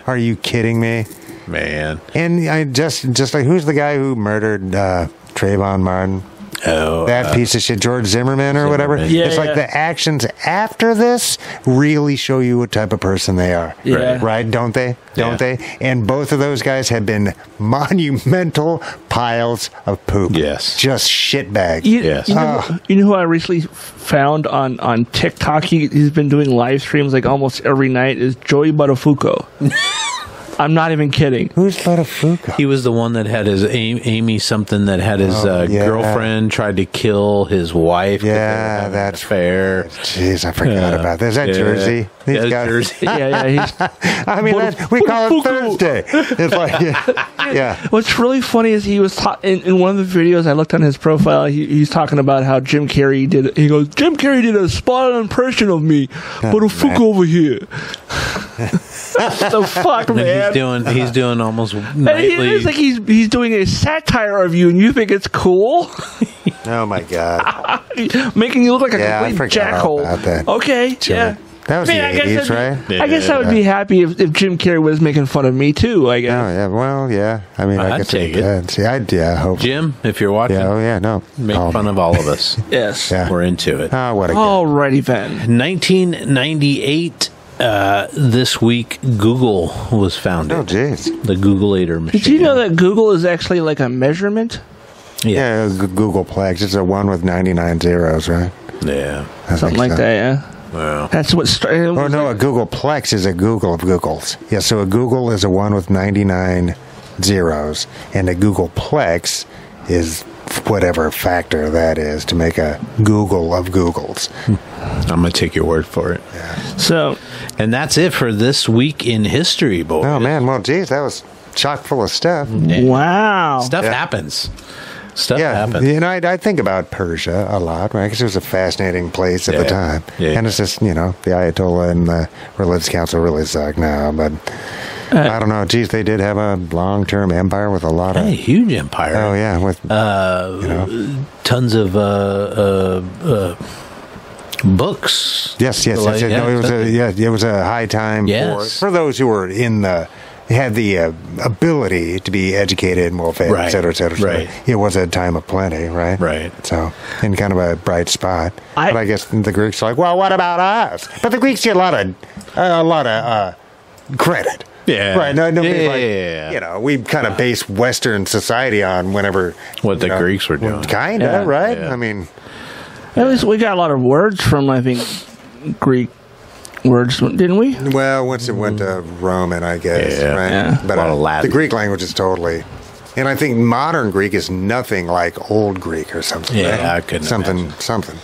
guy. Are you kidding me?
man,
And I just just like who's the guy who murdered uh, Trayvon Martin?
oh,
That piece of shit, George Zimmerman or whatever.
Zimmerman.
Yeah,
it's like
yeah.
the actions after this really show you what type of person they are.
Yeah.
Right? Don't they? Don't
Yeah.
they? And both of those guys have been monumental piles of poop.
Yes.
Just shit bags.
You,
Yes.
you, know,
Ah.
you know who I recently found on, on TikTok? He, he's been doing live streams like almost every night. Is Joey Buttafuoco? I'm not even kidding.
Who's Buttafuoco?
he was the one that had his Amy, Amy something that had his
Oh,
uh,
yeah.
girlfriend tried to kill his wife. 'cause they were
Yeah,
having an
that's-
affair.
Jeez, I forgot
Yeah.
about that. Is that
Yeah.
Jersey? These
Yeah,
guys-
Jersey.
Yeah, yeah. He's,
I mean, that, we call it
Buttafuoco.
Thursday. It's like, yeah. yeah.
What's really funny is he was ta- in, in one of the videos I looked on his profile. He, he's talking about how Jim Carrey did. He goes, Jim Carrey did a spot on impression of me, but a fuck
man.
over here. the fuck,
And
man.
he's doing he's doing almost
and he,
nightly.
it's like he's he's doing a satire of you, and you think it's cool.
Oh my God!
making you look like a
Yeah, I
complete
forgot all
jackhole.
about that.
Okay, yeah.
That was
I mean, I
the
guess
eighties,
that'd
right?
be- I guess I would be happy if, if Jim Carrey was making fun of me too. I
Oh
guess.
yeah. Well, yeah. I mean, I
I'd
could see
take it.
that. See, I'd yeah. Hope.
Jim, if you're watching,
Yeah. Oh yeah. No.
make
oh,
fun of all of us.
Yes.
Yeah.
We're into it.
Oh, what a
Alrighty then.
1998, uh, this week, Google was founded.
Oh, jeez.
The Googleator machine.
Did you know that Google is actually like a measurement?
Yeah.
Yeah, G- Googleplex. It's a one with 99 zeros, right?
Yeah.
I think
Something like
so.
that. Yeah.
Wow.
That's what started.
Oh, no, a Googleplex is a Google of Googles. Yeah, so a Google is a one with 99 zeros, and a Googleplex is whatever factor that is to make a Google of Googles.
I'm going to take your word for it.
So
And that's it for this week in history, boy.
Oh, man. Well, geez, that was chock full of stuff.
wow.
Stuff
Yeah.
happens. Stuff
Yeah,
happens.
you know, I, I think about Persia a lot, right? Because it was a fascinating place at the
Yeah.
time,
Yeah.
and it's just you know the Ayatollah and the Religious Council really suck now, but
Uh,
I don't know. Geez, they did have a long-term empire with a lot of
A huge empire.
oh yeah,
uh,
with you know
Tons of uh, uh, uh, books.
yes, yes, yes,
Like,
yes. no, it was a yeah, it was a high time for
Yes.
for those who were in the had the uh, ability to be educated and well fed,
Right.
et cetera, et cetera. et cetera.
Right.
It was a time of plenty, right?
Right.
So, in kind of a bright spot.
I-
but I guess the Greeks are like, well, what about us? But the Greeks get a lot of a lot of uh, credit.
Yeah.
Right. No, no,
Yeah,
like,
yeah, yeah, yeah.
You know, we kind of base Western society on whenever
What the
you know,
Greeks were doing.
Kind of,
Yeah.
right?
Yeah.
I mean,
At least we got a lot of words from I think Greek words, didn't we?
Well, once it went to Roman, I guess,
Yeah.
right?
Mm. Yeah.
But
A lot of
uh,
Latin.
the Greek language is totally, and I think modern Greek is nothing like old Greek or something.
Yeah,
right?
I couldn't
something,
imagine.
something.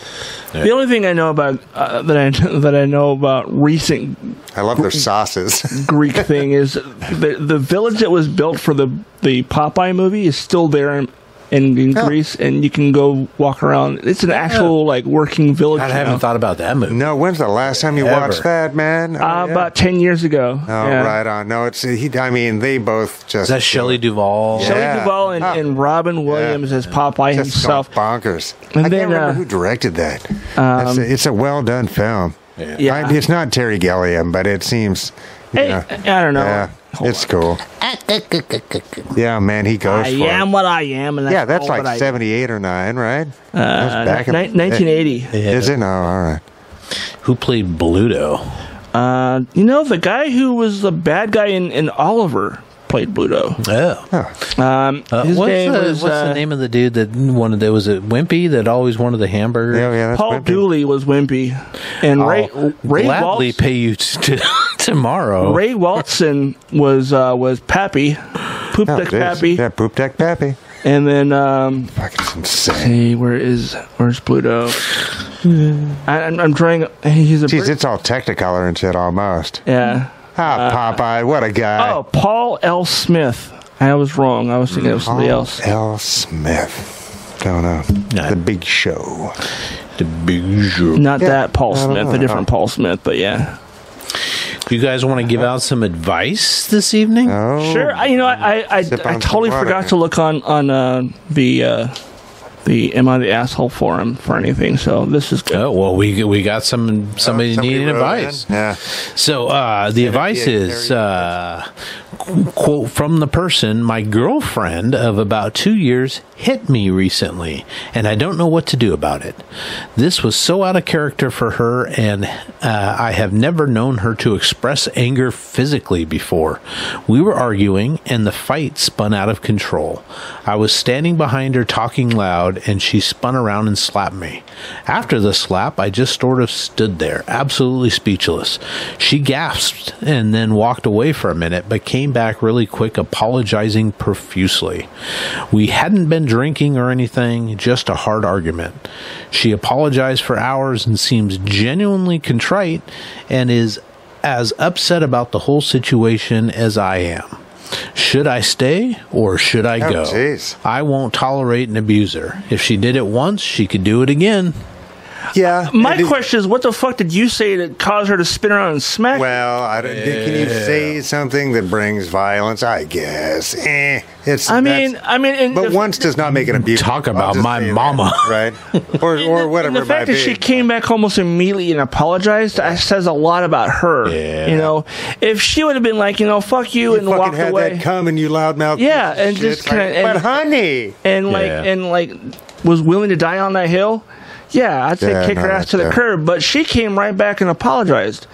The only thing I know about uh, that I that I know about recent
I love their sauces.
Greek thing is the the village that was built for the the Popeye movie is still there in in, in
Oh.
Greece, and you can go walk around. It's an actual like working village.
I
now.
haven't thought about that movie.
no, when's the last time you
Ever.
watched that, man? Oh,
Uh,
yeah.
About ten years ago.
Oh, right on. No, it's he. I mean, they both just
Is that Shelley Duvall?
Shelley
Yeah.
Duvall and,
Huh.
and Robin Williams as Popeye
just gone
himself.
bonkers.
And
I
then,
can't remember
uh, um,
who directed that. That's a- it's a well done film.
Yeah.
I- it's not Terry Gilliam, but it seems. you
Hey,
know,
I don't know.
Yeah, it's cool. Yeah, man, he goes.
I
for it.
am what I am, and that's
Yeah, that's
all
like
that I-
78 or 9, right?
uh,
that's
ni- 1980.
Is it? Oh, all right.
Who played Bluto?
Uh, you know, the guy who was the bad guy in, in Oliver played Bluto.
Oh.
Um,
Uh,
his
what's
name
the,
was
what's
uh,
the name of the dude that wanted that was it Wimpy that always wanted the hamburger?
Yeah, yeah, that's
Paul
Wimpy.
Dooley was Wimpy, and Ray
I'll
Ray
Oh, gladly
Waltz,
pay you t- t- tomorrow.
Ray Waltson was uh, was Pappy, Poop
Oh,
Deck
geez.
Pappy,
Yeah, poop deck pappy.
and then um,
Fucking insane.
hey, where is where's Pluto? I, I'm, I'm trying. He's a
Jeez,
Brit-
it's all technicolor and shit almost.
yeah.
Ah, Popeye, what a guy.
Uh, Oh, Paul L. Smith. I was wrong. I was thinking of somebody
Paul
else.
L. Smith. Don't know.
Yeah.
The big show.
The big show.
Not
Yeah,
that Paul
I don't
Smith,
know.
a different Paul Smith, but yeah.
Do you guys want to give out some advice this evening?
Oh.
Sure. I, you know, I I, I, I
Sip on some
totally
water.
forgot to look on on uh, the uh, the Am I the Asshole forum for anything. So this is good.
Oh well, we we got some somebody,
Oh, Somebody
needing
wrote
advice.
in. Yeah.
So uh, the advice
be a
is uh, qu- quote from the person: My girlfriend of about two years hit me recently, and I don't know what to do about it. This was so out of character for her, and uh, I have never known her to express anger physically before. We were arguing, and the fight spun out of control. I was standing behind her talking loud, and she spun around and slapped me. After the slap, I just sort of stood there, absolutely speechless. She gasped and then walked away for a minute, but came back really quick, apologizing profusely. We hadn't been drinking or anything, just a hard argument. She apologized for hours and seems genuinely contrite and is as upset about the whole situation as I am. Should I stay or should I
Oh,
go?
jeez.
I won't tolerate an abuser. If she did it once, she could do it again.
Yeah.
Uh, My
it is-
question is, what the fuck did you say that caused her to spin around and smack? you?
Well, I don't, can you say something that brings violence? I guess. Eh, it's.
I
that's-
mean, I mean, and
but
the-
once does not make it abuse.
Talk
I'll
about
just
my
say that,
mama.
right? Or or whatever.
And the
it might
fact that she
be.
came back almost immediately and apologized that says a lot about her.
Yeah.
You know, if she would have been like, you know, fuck you, and
fucking
walked
had
away,
that coming, you loudmouth.
Yeah,
piece of
and
shit.
just kinda-
Like,
and-
but honey,
and like
Yeah.
and like was willing to die on that hill, yeah, I'd say
Yeah,
kick
no,
her ass to the
yeah.
curb. But she came right back and apologized.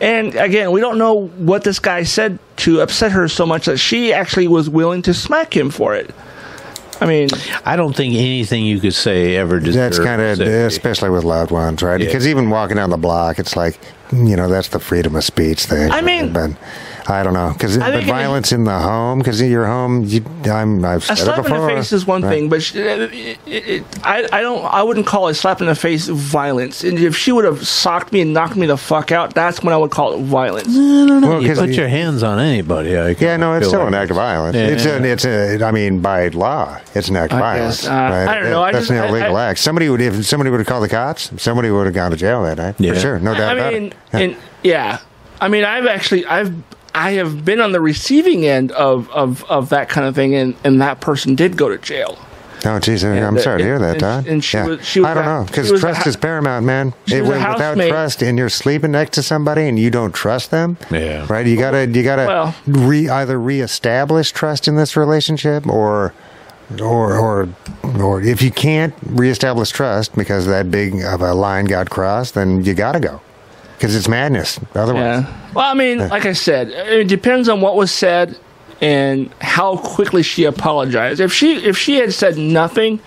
And again, we don't know what this guy said to upset her so much that she actually was willing to smack him for it. I mean,
I don't think anything you could say ever deserves.
that's kind of
safety.
especially with loved ones, right?
Yeah.
Because even walking down the block, it's like you know that's the freedom of speech thing.
I mean-
but I don't know because but
think it-
violence in the home because your home, you, I'm I've
a
said it
slap in
before.
the face is one
right?
thing, but she, it, it, it, I, I don't, I wouldn't call a slap in the face violence. And if she would have socked me and knocked me the fuck out, that's when I would call it violence.
Well,
you
'cause
put
you-
your hands on anybody. I
Yeah, no, it's
feel
still
like
an act of violence.
Yeah,
it's
yeah.
an, it's a, I mean, by law, it's an act of
I
violence.
guess, uh,
right?
I don't know, I
That's
just-
an
I-
illegal act. Somebody would, if somebody would have called the cops, somebody would have gone to jail that night
Yeah.
for sure, no doubt
I
about
mean,
it. Yeah.
and yeah, I mean, I've actually, I've, I have been on the receiving end of of of that kind of thing, and and that person did go to jail.
Oh, geez, I-
And,
I'm
uh,
sorry to hear that,
and-
Todd.
and she was- she was
I don't
a-
know
she
because
was a
trust
hou-
is paramount, man.
she
It,
was a
without
housemate.
trust, and you're sleeping next to somebody, and you don't trust them.
Yeah.
right. You gotta, you gotta
Well-
re either reestablish trust in this relationship, or, or, or, or if you can't reestablish trust because that big of a line got crossed, then you gotta go because it's madness. Otherwise,
Yeah. Well, I mean, like I said, it depends on what was said and how quickly she apologized. If she if she had said nothing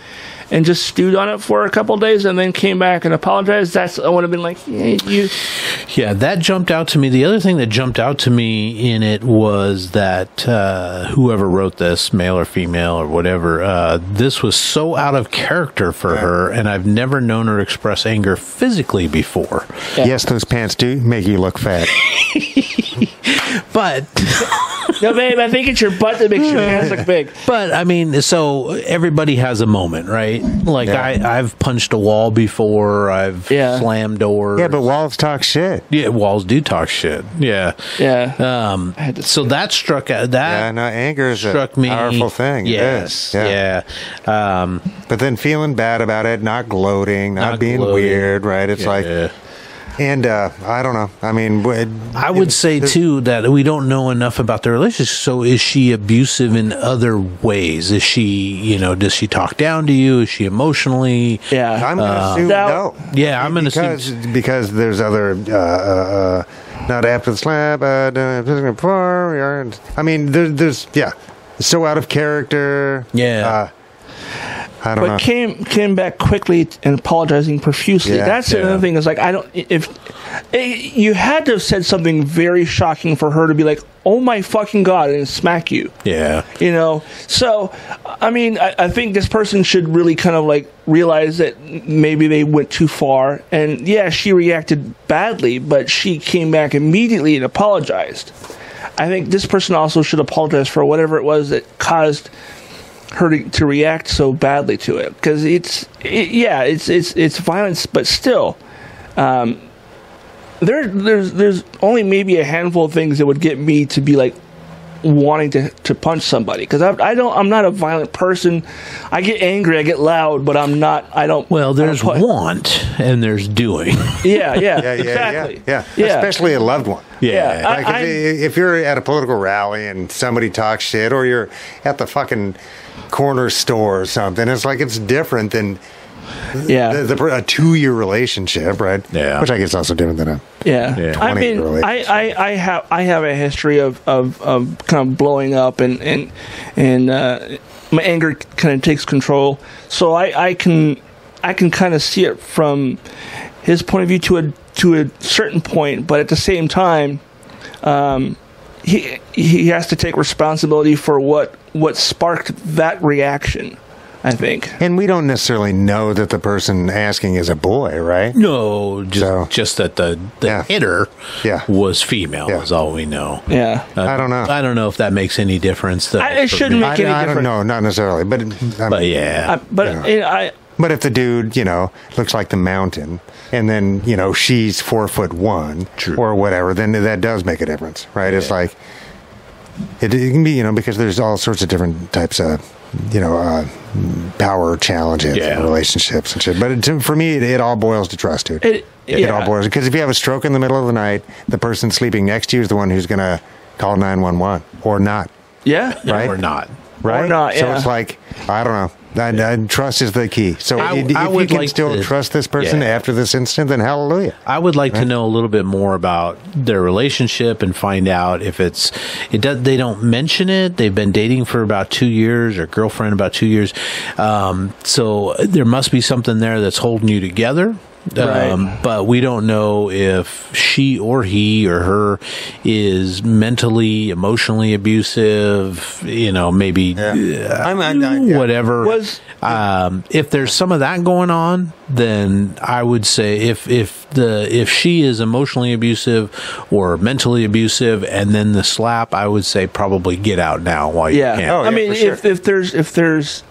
and just stewed on it for a couple days and then came back and apologized, that's I would have been like, yeah, you.
Yeah, that jumped out to me. The other thing that jumped out to me in it was that uh, whoever wrote this, male or female or whatever, uh, this was so out of character for her, and I've never known her express anger physically before.
yes, those pants do make you look fat.
But,
No, babe, I think it's your butt that makes your hands look big.
but I mean, so everybody has a moment, right? Like
Yeah.
I, I've punched a wall before, I've
Yeah.
slammed doors.
yeah, but walls talk shit.
yeah, walls do talk shit. Yeah,
Yeah.
Um,
had to
so that struck out. That
Yeah, no, anger is
Uh, struck
a
me
powerful thing. It
Yes,
is. Yeah.
yeah. Um,
But then feeling bad about it, not gloating, not,
Not
being
gloating.
weird, right? It's like,
yeah.
and uh, I don't know. I mean, w- it-
I would say too that we don't know enough about the relationship. So is she abusive in other ways? Is she, you know, does she talk down to you? Is she emotionally?
yeah.
I'm going to assume
Now-
no.
uh, Yeah, I'm gonna
because,
assume.
because there's other uh, uh, uh, not after the slap. Uh, done it before, we aren't- I mean, there, there's yeah, so out of character.
Yeah.
uh, I don't
but
know.
came came back quickly and apologizing profusely.
Yeah,
That's
yeah.
another thing. Is like I don't if it, you had to have said something very shocking for her to be like, "Oh my fucking god," and smack you.
Yeah,
You know, so I mean, I, I think this person should really kind of like realize that maybe they went too far. And yeah, she reacted badly, but she came back immediately and apologized. I think this person also should apologize for whatever it was that caused her to, to react so badly to it. Because it's it, yeah, it's it's it's violence, but still. Um, there, there's, there's only maybe a handful of things that would get me to be like, wanting to, to punch somebody because I, I don't I'm not a violent person. I get angry, I get loud, but I'm not. I don't.
Well,
I don't
there's
put-
want and there's doing.
Yeah,
yeah,
yeah,
yeah,
exactly.
yeah, yeah,
yeah.
especially a loved one.
Yeah, I-
Like if,
I'm-
if you're at a political rally and somebody talks shit, or you're at the fucking corner store or something, it's like it's different than
yeah.
the, the, a two year relationship, right?
Yeah.
Which I guess is also different than a.
Yeah.
Yeah.
I
28
mean,
really.
I, I, I have I have a history of, of, of kind of blowing up and and and uh, my anger kind of takes control. So I, I can I can kind of see it from his point of view to a to a certain point, but at the same time, um, he he has to take responsibility for what what sparked that reaction. I think.
And we don't necessarily know that the person asking is a boy, right?
No, just
So-
just that the the
Yeah.
hitter
Yeah.
was female
Yeah.
is all we know.
Yeah.
I don't know.
Uh, I don't know if that makes any difference. though,
I- it
for
shouldn't
me.
I,
make any
I don't
difference.
know, not necessarily, but, um,
But yeah,
I, Uh, but
Yeah.
it, I
But if the dude, you know, looks like the mountain, and then you know she's four foot one
True.
or whatever, then that does make a difference, right? It's like it, it can be, you know, because there's all sorts of different types of, you know, uh, power challenges
Yeah.
and relationships and shit. But it, to- for me, it, it all boils to trust, dude.
It-
it
yeah.
all boils because if you have a stroke in the middle of the night, the person sleeping next to you is the one who's going to call nine one one or not,
Yeah.
right?
or not.
right?
Or not,
So
yeah.
it's like I don't know. I, I- trust is the key. So
I-
if,
I
if you
would
can
like
still
to-
trust this person
yeah.
after this incident, then hallelujah.
I would like to know a little bit more about their relationship and find out if it's it does they don't mention it. They've been dating for about two years or girlfriend about two years, um, so there must be something there that's holding you together. Um,
Right.
but we don't know if she or he or her is mentally, emotionally abusive. You know, maybe uh,
I'm- I'm- I- yeah.
whatever
Was-
um, if there's some of that going on, then I would say if if the if she is emotionally abusive or mentally abusive, and then the slap, I would say probably get out now while
Yeah.
you can.
Oh,
I
yeah,
mean,
for sure.
if, if there's if there's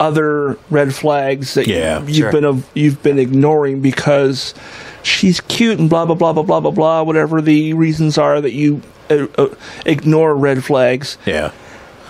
other red flags that
Yeah,
you've
sure.
been av- you've been ignoring because she's cute and blah blah blah blah blah blah blah whatever the reasons are that you uh, uh, ignore red flags.
yeah,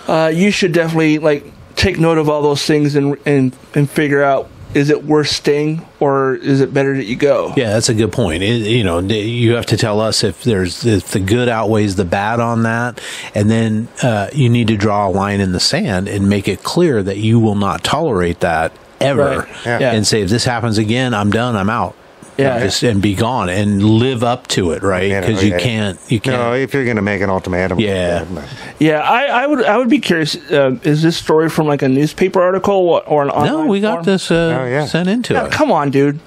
Uh, you should definitely like take note of all those things and and and figure out is it worth staying or is it better that you go.
yeah, that's a good point. It, you know, d- you have to tell us if there's if the good outweighs the bad on that, and then uh, you need to draw a line in the sand and make it clear that you will not tolerate that ever,
Right. Yeah. Yeah.
and say if this happens again, I'm done, I'm out.
Yeah.
Just- and be gone and live up to it, right?
Yeah,
Because you
oh, yeah.
can't, you can't.
No, if you're going to make an ultimatum,
Yeah.
Yeah, I, I would I would be curious. Uh, is this story from like a newspaper article or, or an
no,
online
we got
forum?
this uh,
Oh, yeah.
sent into
Yeah,
it.
come on, dude.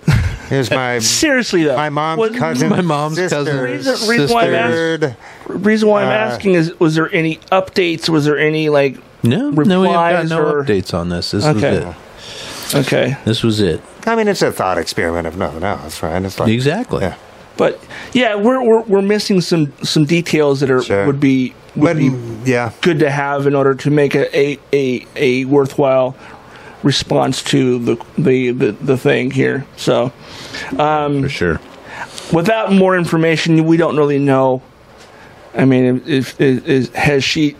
here's my
Seriously though,
my mom's
What-
cousin,
my mom's
sister's
cousin,
Reason- reason why I'm
sister's-
reason why I'm
Uh,
asking is was there any updates? Was there any like
No, no, we have got
replies
no
or-
updates on this. This
Okay.
was it.
okay,
This was it.
I mean, it's a thought experiment if nothing else, right? It's like
Exactly.
Yeah.
but yeah, we're we're, we're missing some some details that are
Sure.
would be
But
would be
yeah,
good to have in order to make a a, a, a worthwhile response to the, the the the thing here. So
for sure.
without more information, we don't really know. I mean, if, if is, has she?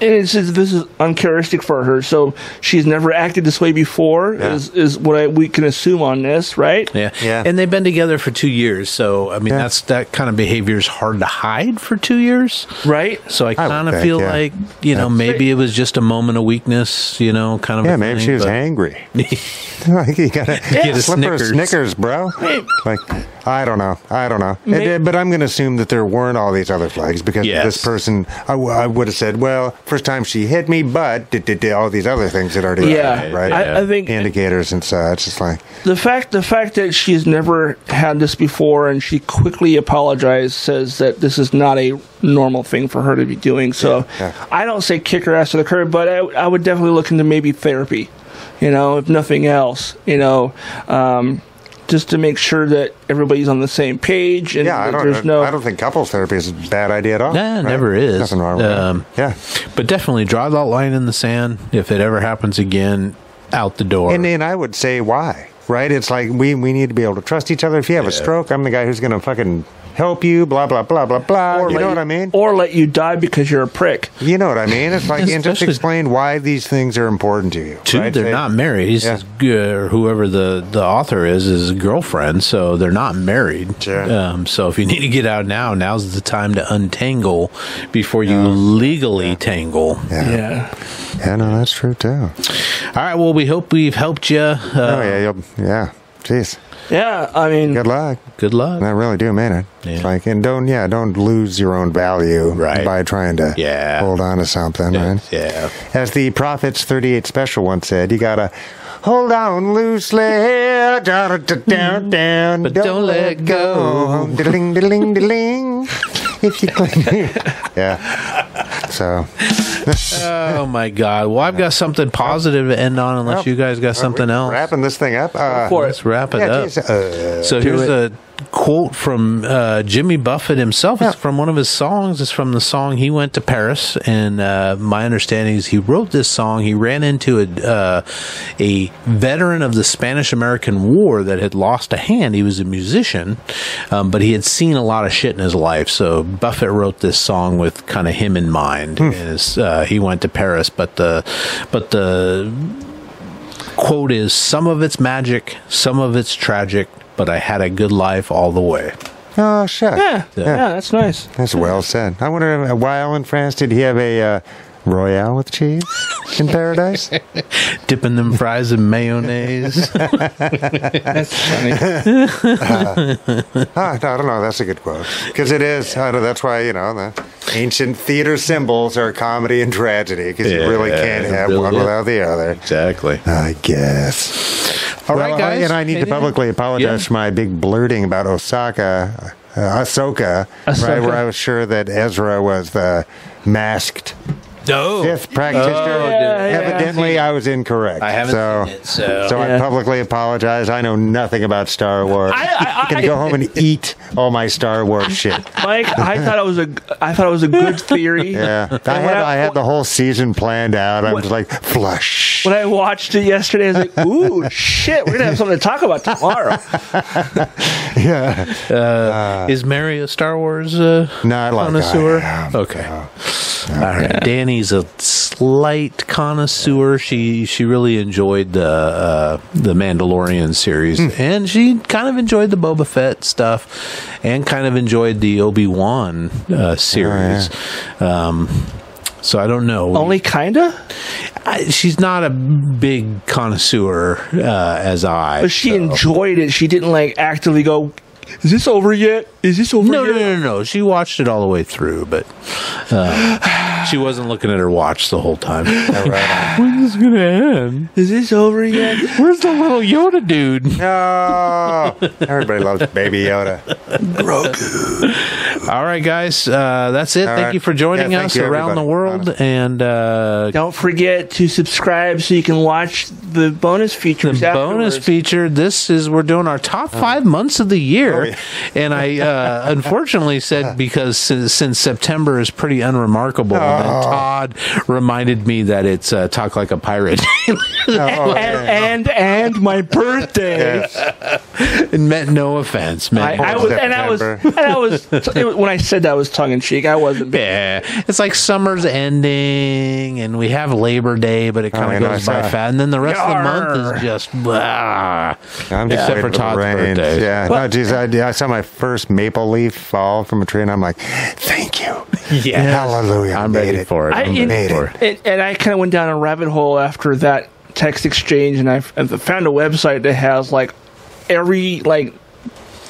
And it's, it's- this is uncharacteristic for her. So she's never acted this way before.
Yeah.
Is is what I, we can assume on this, right?
Yeah.
Yeah.
And they've been together for two years, so I mean,
Yeah.
that's that kind of behavior is hard to hide for two years.
Right.
So I
would
kind of
think,
feel
yeah.
like you know maybe it was just a moment of weakness, you know, kind of.
yeah.
a
Maybe
thing,
she was
but-
angry. like you gotta
Get a
slip her
Snickers.
Snickers, bro. like I don't know, I don't know. It-
May-
it- but I'm going to assume that there weren't all these other flags because
Yes.
this person, I, would have said, well, first time she hit me, but did, did, did all these other things that already
Yeah.
happened, right?
Yeah.
I, I think
Indicators and such. It's like
the fact the fact that she's never had this before and she quickly apologized says that this is not a normal thing for her to be doing. So
Yeah, yeah.
I don't say kick her ass to the curb, but I, I would definitely look into maybe therapy, you know, if nothing else, you know, um, just to make sure that everybody's on the same page and
Yeah, I
that
don't.
there's no
I don't think couples therapy is a bad idea at all.
Nah, it never is.
Nothing wrong with
Um,
that.
But definitely draw that line in the sand. If it ever happens again, out the door.
Yeah, and and I would say why, right? It's like we we need to be able to trust each other. If you have a stroke, I'm the guy who's going to fucking help you. Blah blah blah blah blah. you
let
know what I mean?
Or let you die because you're a prick.
you know what I mean? It's like and just
Especially-
explain why these things are important to you.
Two,
right?
they're
They-
not married. He's
Yeah.
his g- or whoever the, the author is is a girlfriend, so they're not married.
Sure.
Um, so if you need to get out now, now's the time to untangle before you legally tangle.
Yeah.
Yeah.
yeah, no, that's true too.
All right. Well, we hope we've helped you. Uh,
oh yeah, you'll, yeah. Jeez,
Yeah. I mean,
good luck.
Good luck.
I really do mean it.
Yeah.
It's Like and don't yeah don't lose your own value
Right.
by trying to
Yeah.
hold on to something. Right?
Yeah.
As the Prophet's 38 Special once said, you gotta hold on loosely, down, down, down,
But don't let go.
Diddling, diddling, diddling. If you cling. yeah. So,
Oh my God. Well, I've got something positive to end on, unless
Oh.
you guys got something else.
wrapping this thing up. Uh,
for it.
Let's wrap it
yeah,
up.
geez, uh,
So here's a quote from uh, Jimmy Buffett himself. It's from one of his songs. It's from the song he went to Paris, and uh, my understanding is he wrote this song. He ran into a uh, a veteran of the Spanish American War that had lost a hand. He was a musician, um, but he had seen a lot of shit in his life. So Buffett wrote this song with kind of him in mind. As uh, he went to Paris, but the but the quote is some of it's magic, some of it's tragic, but I had a good life all the way.
Oh, shit.
Yeah, yeah, that's nice.
That's well said. I wonder uh, why Alan France did he have a uh, Royale with cheese in paradise?
Dipping them fries in mayonnaise.
That's funny.
Ah, no, I don't know. That's a good quote because it is. I don't- that's why you know the ancient theater symbols are comedy and tragedy because you really
Yeah,
can't
it
have
really
one
is.
without the other.
exactly.
I guess. All
right,
right,
guys.
and I need to
Anything?
publicly apologize
Yeah.
for my big blurting about Osaka, uh, Ahsoka, right?
Ahsoka.
Where I was sure that Ezra was the masked
No.
fifth practitioner.
Oh,
yeah, yeah.
Evidently, I was incorrect.
I haven't
so,
seen it, so-
I
Yeah.
publicly apologize. I know nothing about Star Wars.
I- I-
can
I-
go home and eat all my Star Wars shit.
Mike, I thought it was a, I thought it was a good theory.
Yeah, I
when
had
I-
I had the whole season planned out. I was like, flush.
When I watched it yesterday, I was like, "Ooh, shit! We're gonna have something to talk about tomorrow."
Yeah,
Is Mary a Star Wars uh,
not like
connoisseur?
I am.
okay. All right. Danny's a slight connoisseur. She she really enjoyed the uh, the Mandalorian series, and she kind of enjoyed the Boba Fett stuff, and kind of enjoyed the Obi Wan uh, series. um, so I don't know.
Only kinda,
I, she's not a big connoisseur uh, as I.
but she enjoyed it. She didn't like actively go. Is this over yet? Is this over
No,
yet?
no, no, no, no. She watched it all the way through, but uh, she wasn't looking at her watch the whole time. When's this gonna end?
Is this over yet?
Where's the little Yoda dude?
No, everybody loves Baby Yoda.
All right, guys, uh, that's it.
All
thank
right.
you for joining
Yeah, thank
us
you,
around the
everybody.
world, and uh,
Don't forget to subscribe so you can watch the bonus features.
the bonus
afterwards.
feature. This is we're doing our top five months of the year,
Uh-huh. Oh, yeah.
and I uh, unfortunately said because since, since September is pretty unremarkable, and
Oh.
then Todd reminded me that it's uh, talk like a pirate.
Oh, yeah.
and, and and my birthday.
it meant no offense,
I,
man.
I was, and I was, and I was. It was when I said that I was tongue in cheek. I wasn't. being-
yeah, it's like summer's ending, and we have Labor Day, but it kind
I
of
know,
goes
Oh, I
by
saw.
fast, and then the rest of the month is just blah.
I'm just
Except
waiting
for
the
Todd's
rain.
birthday.
Yeah, no, geez, I, I saw my first maple leaf fall from a tree, and I'm like, thank you,
Yes.
hallelujah.
I'm
made
ready for it.
I,
I'm
and,
ready
made
for
it.
and, and I kind of went down a rabbit hole after that text exchange, and I f- and found a website that has like every like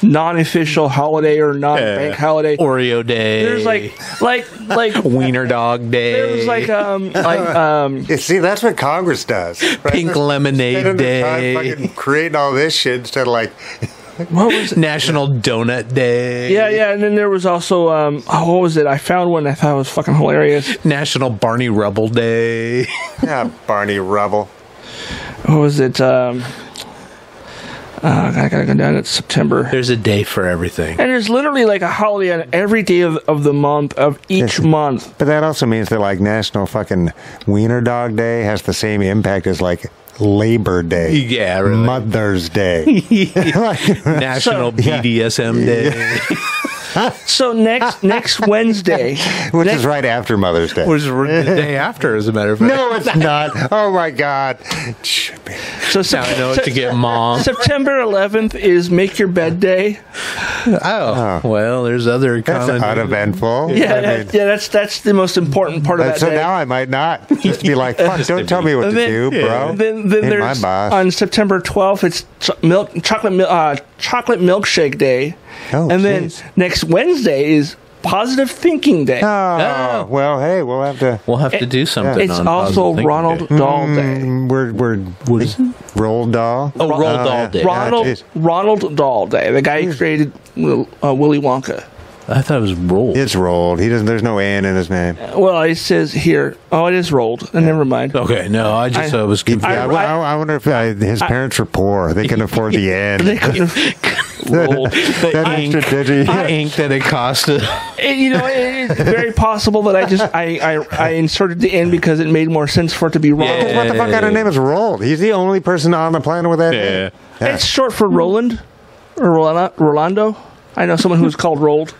non-official holiday or non-bank holiday.
Oreo Day.
there's like like like
Wiener Dog Day.
there was like um like um
Yeah, see, that's what Congress does. Right?
Pink
They don't
Lemonade
have time
Day,
fucking creating all this shit instead of like,
what was it?
National Donut Day,
Yeah, yeah, and then there was also um oh, what was it? I found one I thought was fucking hilarious.
National Barney Rubble Day.
yeah, Barney Rubble.
What was it? Um, uh, I gotta go down. It's September.
There's a day for everything.
And there's literally like a holiday on every day of, of the month of each month.
But that also means that like National fucking Wiener Dog Day has the same impact as like Labor Day,
Yeah, really.
Mother's Day.
National
So-
BDSM Day
So next next Wednesday,
Which is right after Mother's Day.
was the day after, as a matter of fact.
No, it's not. Oh my God. Should be.
so
Now I know what to get, Mom.
September 11th is Make Your Bed Day.
Oh, well, there's other
That's
kind of
uneventful.
Yeah,
I
that-
mean-
yeah, that's that's the most important part of
And
that
so
day.
now I might not just be like, "Fuck, don't tell me what to
And then-
do, bro."
Then, then
Ain't
there's
my boss.
on September 12th it's cho- milk chocolate mil- uh, chocolate milkshake day.
Oh,
and then
jeez.
next Wednesday is positive thinking day.
oh, well, hey, we'll have to.
We'll have to
It-
do something.
it's
on
also
Positive Thinking
Ronald
Day.
Dahl day.
Mm, we're we're what
is
roll doll.
Oh, Roll
Oh,
Dahl
yeah.
Day.
Ron-
Ronald
geez.
Ronald Dahl Day, the guy who created Will- uh, Willy Wonka.
I thought it was rolled.
It's rolled. He doesn't. There's no N in his name.
Well, it says here. Oh, it is rolled. Uh, never mind.
okay, no, I just
I-
uh, was
He-
confused.
yeah,
I-
well, I, I wonder if uh, his parents were poor. They couldn't afford the N.
They could have rolled. But
that
I-
extra digit.
the ink that it cost. us.
it- Eh, you know, it, it's very possible that I just I, I I inserted the N because it made more sense for it to be wrong.
Yeah.
What the fuck kind of name is Rolled? He's the only person on the planet with that name. Yeah.
It's short for Roland or Rola- Rolando. I know someone who was called Rolled.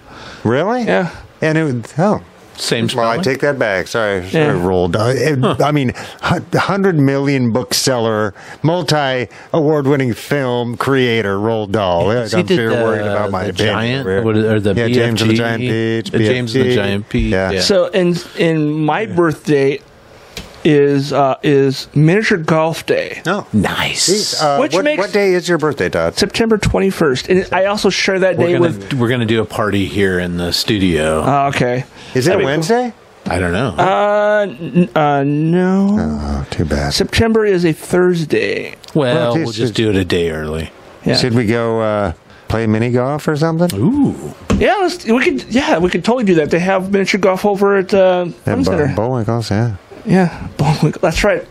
Really?
Yeah.
And it would, oh.
Same
Well, I
spelling.
take that back. Sorry, sorry
Yeah.
rolled. Uh, it- I mean, hu- hundred million bookseller, multi-award-winning film creator, Roald Dahl. Yeah,
He
I'm
did
sure you're
the-
worried about my
the
opinion
giant,
over here.
what is- or the
yeah, James and the
BFG,
Giant Peach,
the James and the Giant Peach, yeah.
So in in my birthday is uh, is miniature golf day,
No.
nice.
Uh,
Which
what,
makes-
what day is your birthday, Todd?
September twenty first, and I also share that
we're
day
gonna
with.
we're gonna do a party here in the studio.
Oh, okay.
Is it
mean-
Wednesday?
I don't know.
Uh, n- uh, no.
Oh, too bad.
September is a Thursday.
well,
well,
we'll
this
just
is-
do it a day early.
Yeah.
Should we go uh, play mini golf or something?
Ooh,
Yeah, let's, we could. Yeah, we could totally do that. They have miniature golf over at uh,
At
Fun
Bo-
Center.
bowling golf, yeah.
yeah, Bullwinkle. That's right.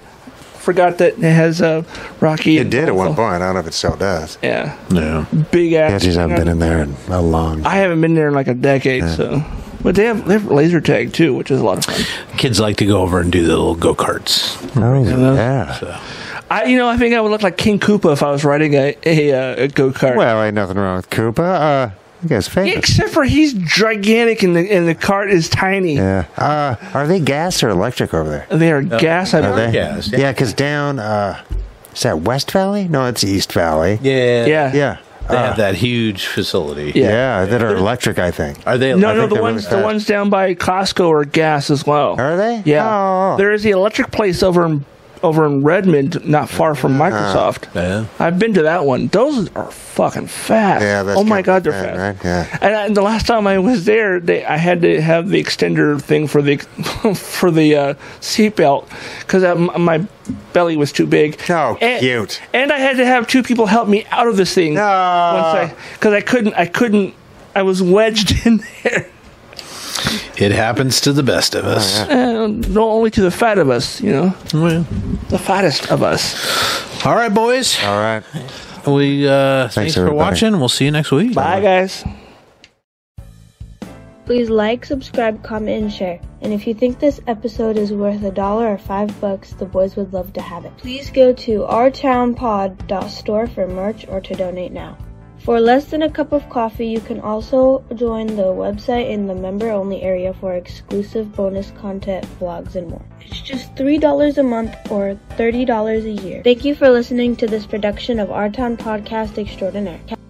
Forgot that it has uh, Rocky.
It
and
did at one
Bullwinkle.
point. I don't know if it still does.
Yeah,
no.
big
Yeah,
ass.
geez, I've been in there in a long
I haven't been there in like a decade, so. But they have they have laser tag too, which is a lot of fun.
Kids like to go over and do the little go karts.
Oh,
Hello?
yeah.
I, you know, I think I would look like King Koopa if I was riding a a, uh, a go kart.
Well, ain't nothing wrong with Koopa. Uh, you guys famous.
Except for he's gigantic and the and the cart is tiny.
Yeah. Uh, are they gas or electric over there?
They are gas. I
Are they?
believe.
Gas, yeah.
Yeah, because down, uh, is that West Valley? No, it's East Valley.
Yeah,
Yeah.
Yeah.
They
Uh,
have that huge facility.
Yeah.
yeah, that are electric, I think.
Are they?
No,
I
no,
think
the
they're
ones
really
the
fast.
ones down by Costco are gas as well.
Are they?
Yeah.
Oh.
There is the electric place over in over in Redmond, not far from
Uh-huh.
Microsoft.
Yeah.
I've been to that one. Those are fucking fast.
Yeah, that's
oh
kinda
my god, they're
bad,
fast.
right? Yeah.
And, I, and the last time I was there, they, I had to have the extender thing for the for the uh, seatbelt because my belly was too big.
Oh,
And-
cute.
And I had to have two people help me out of this thing.
No.
Once I, because I couldn't, I couldn't, I was wedged in there.
It happens to the best of us.
Oh, And not only to the fat of us, you know,
Well,
the fattest of us.
all right, boys.
All right.
We uh, thanks, for
everybody.
watching. We'll see you next week.
Uh-huh.
Bye, guys.
Please like, subscribe, comment, and share. And if you think this episode is worth a dollar or five bucks, the boys would love to have it. Please go to ourtownpod.store for merch or to donate now. For less than a cup of coffee, you can also join the website in the member only area for exclusive bonus content, vlogs, and more. It's just $3 a month or $30 a year. Thank you for listening to this production of Our Town Podcast Extraordinaire.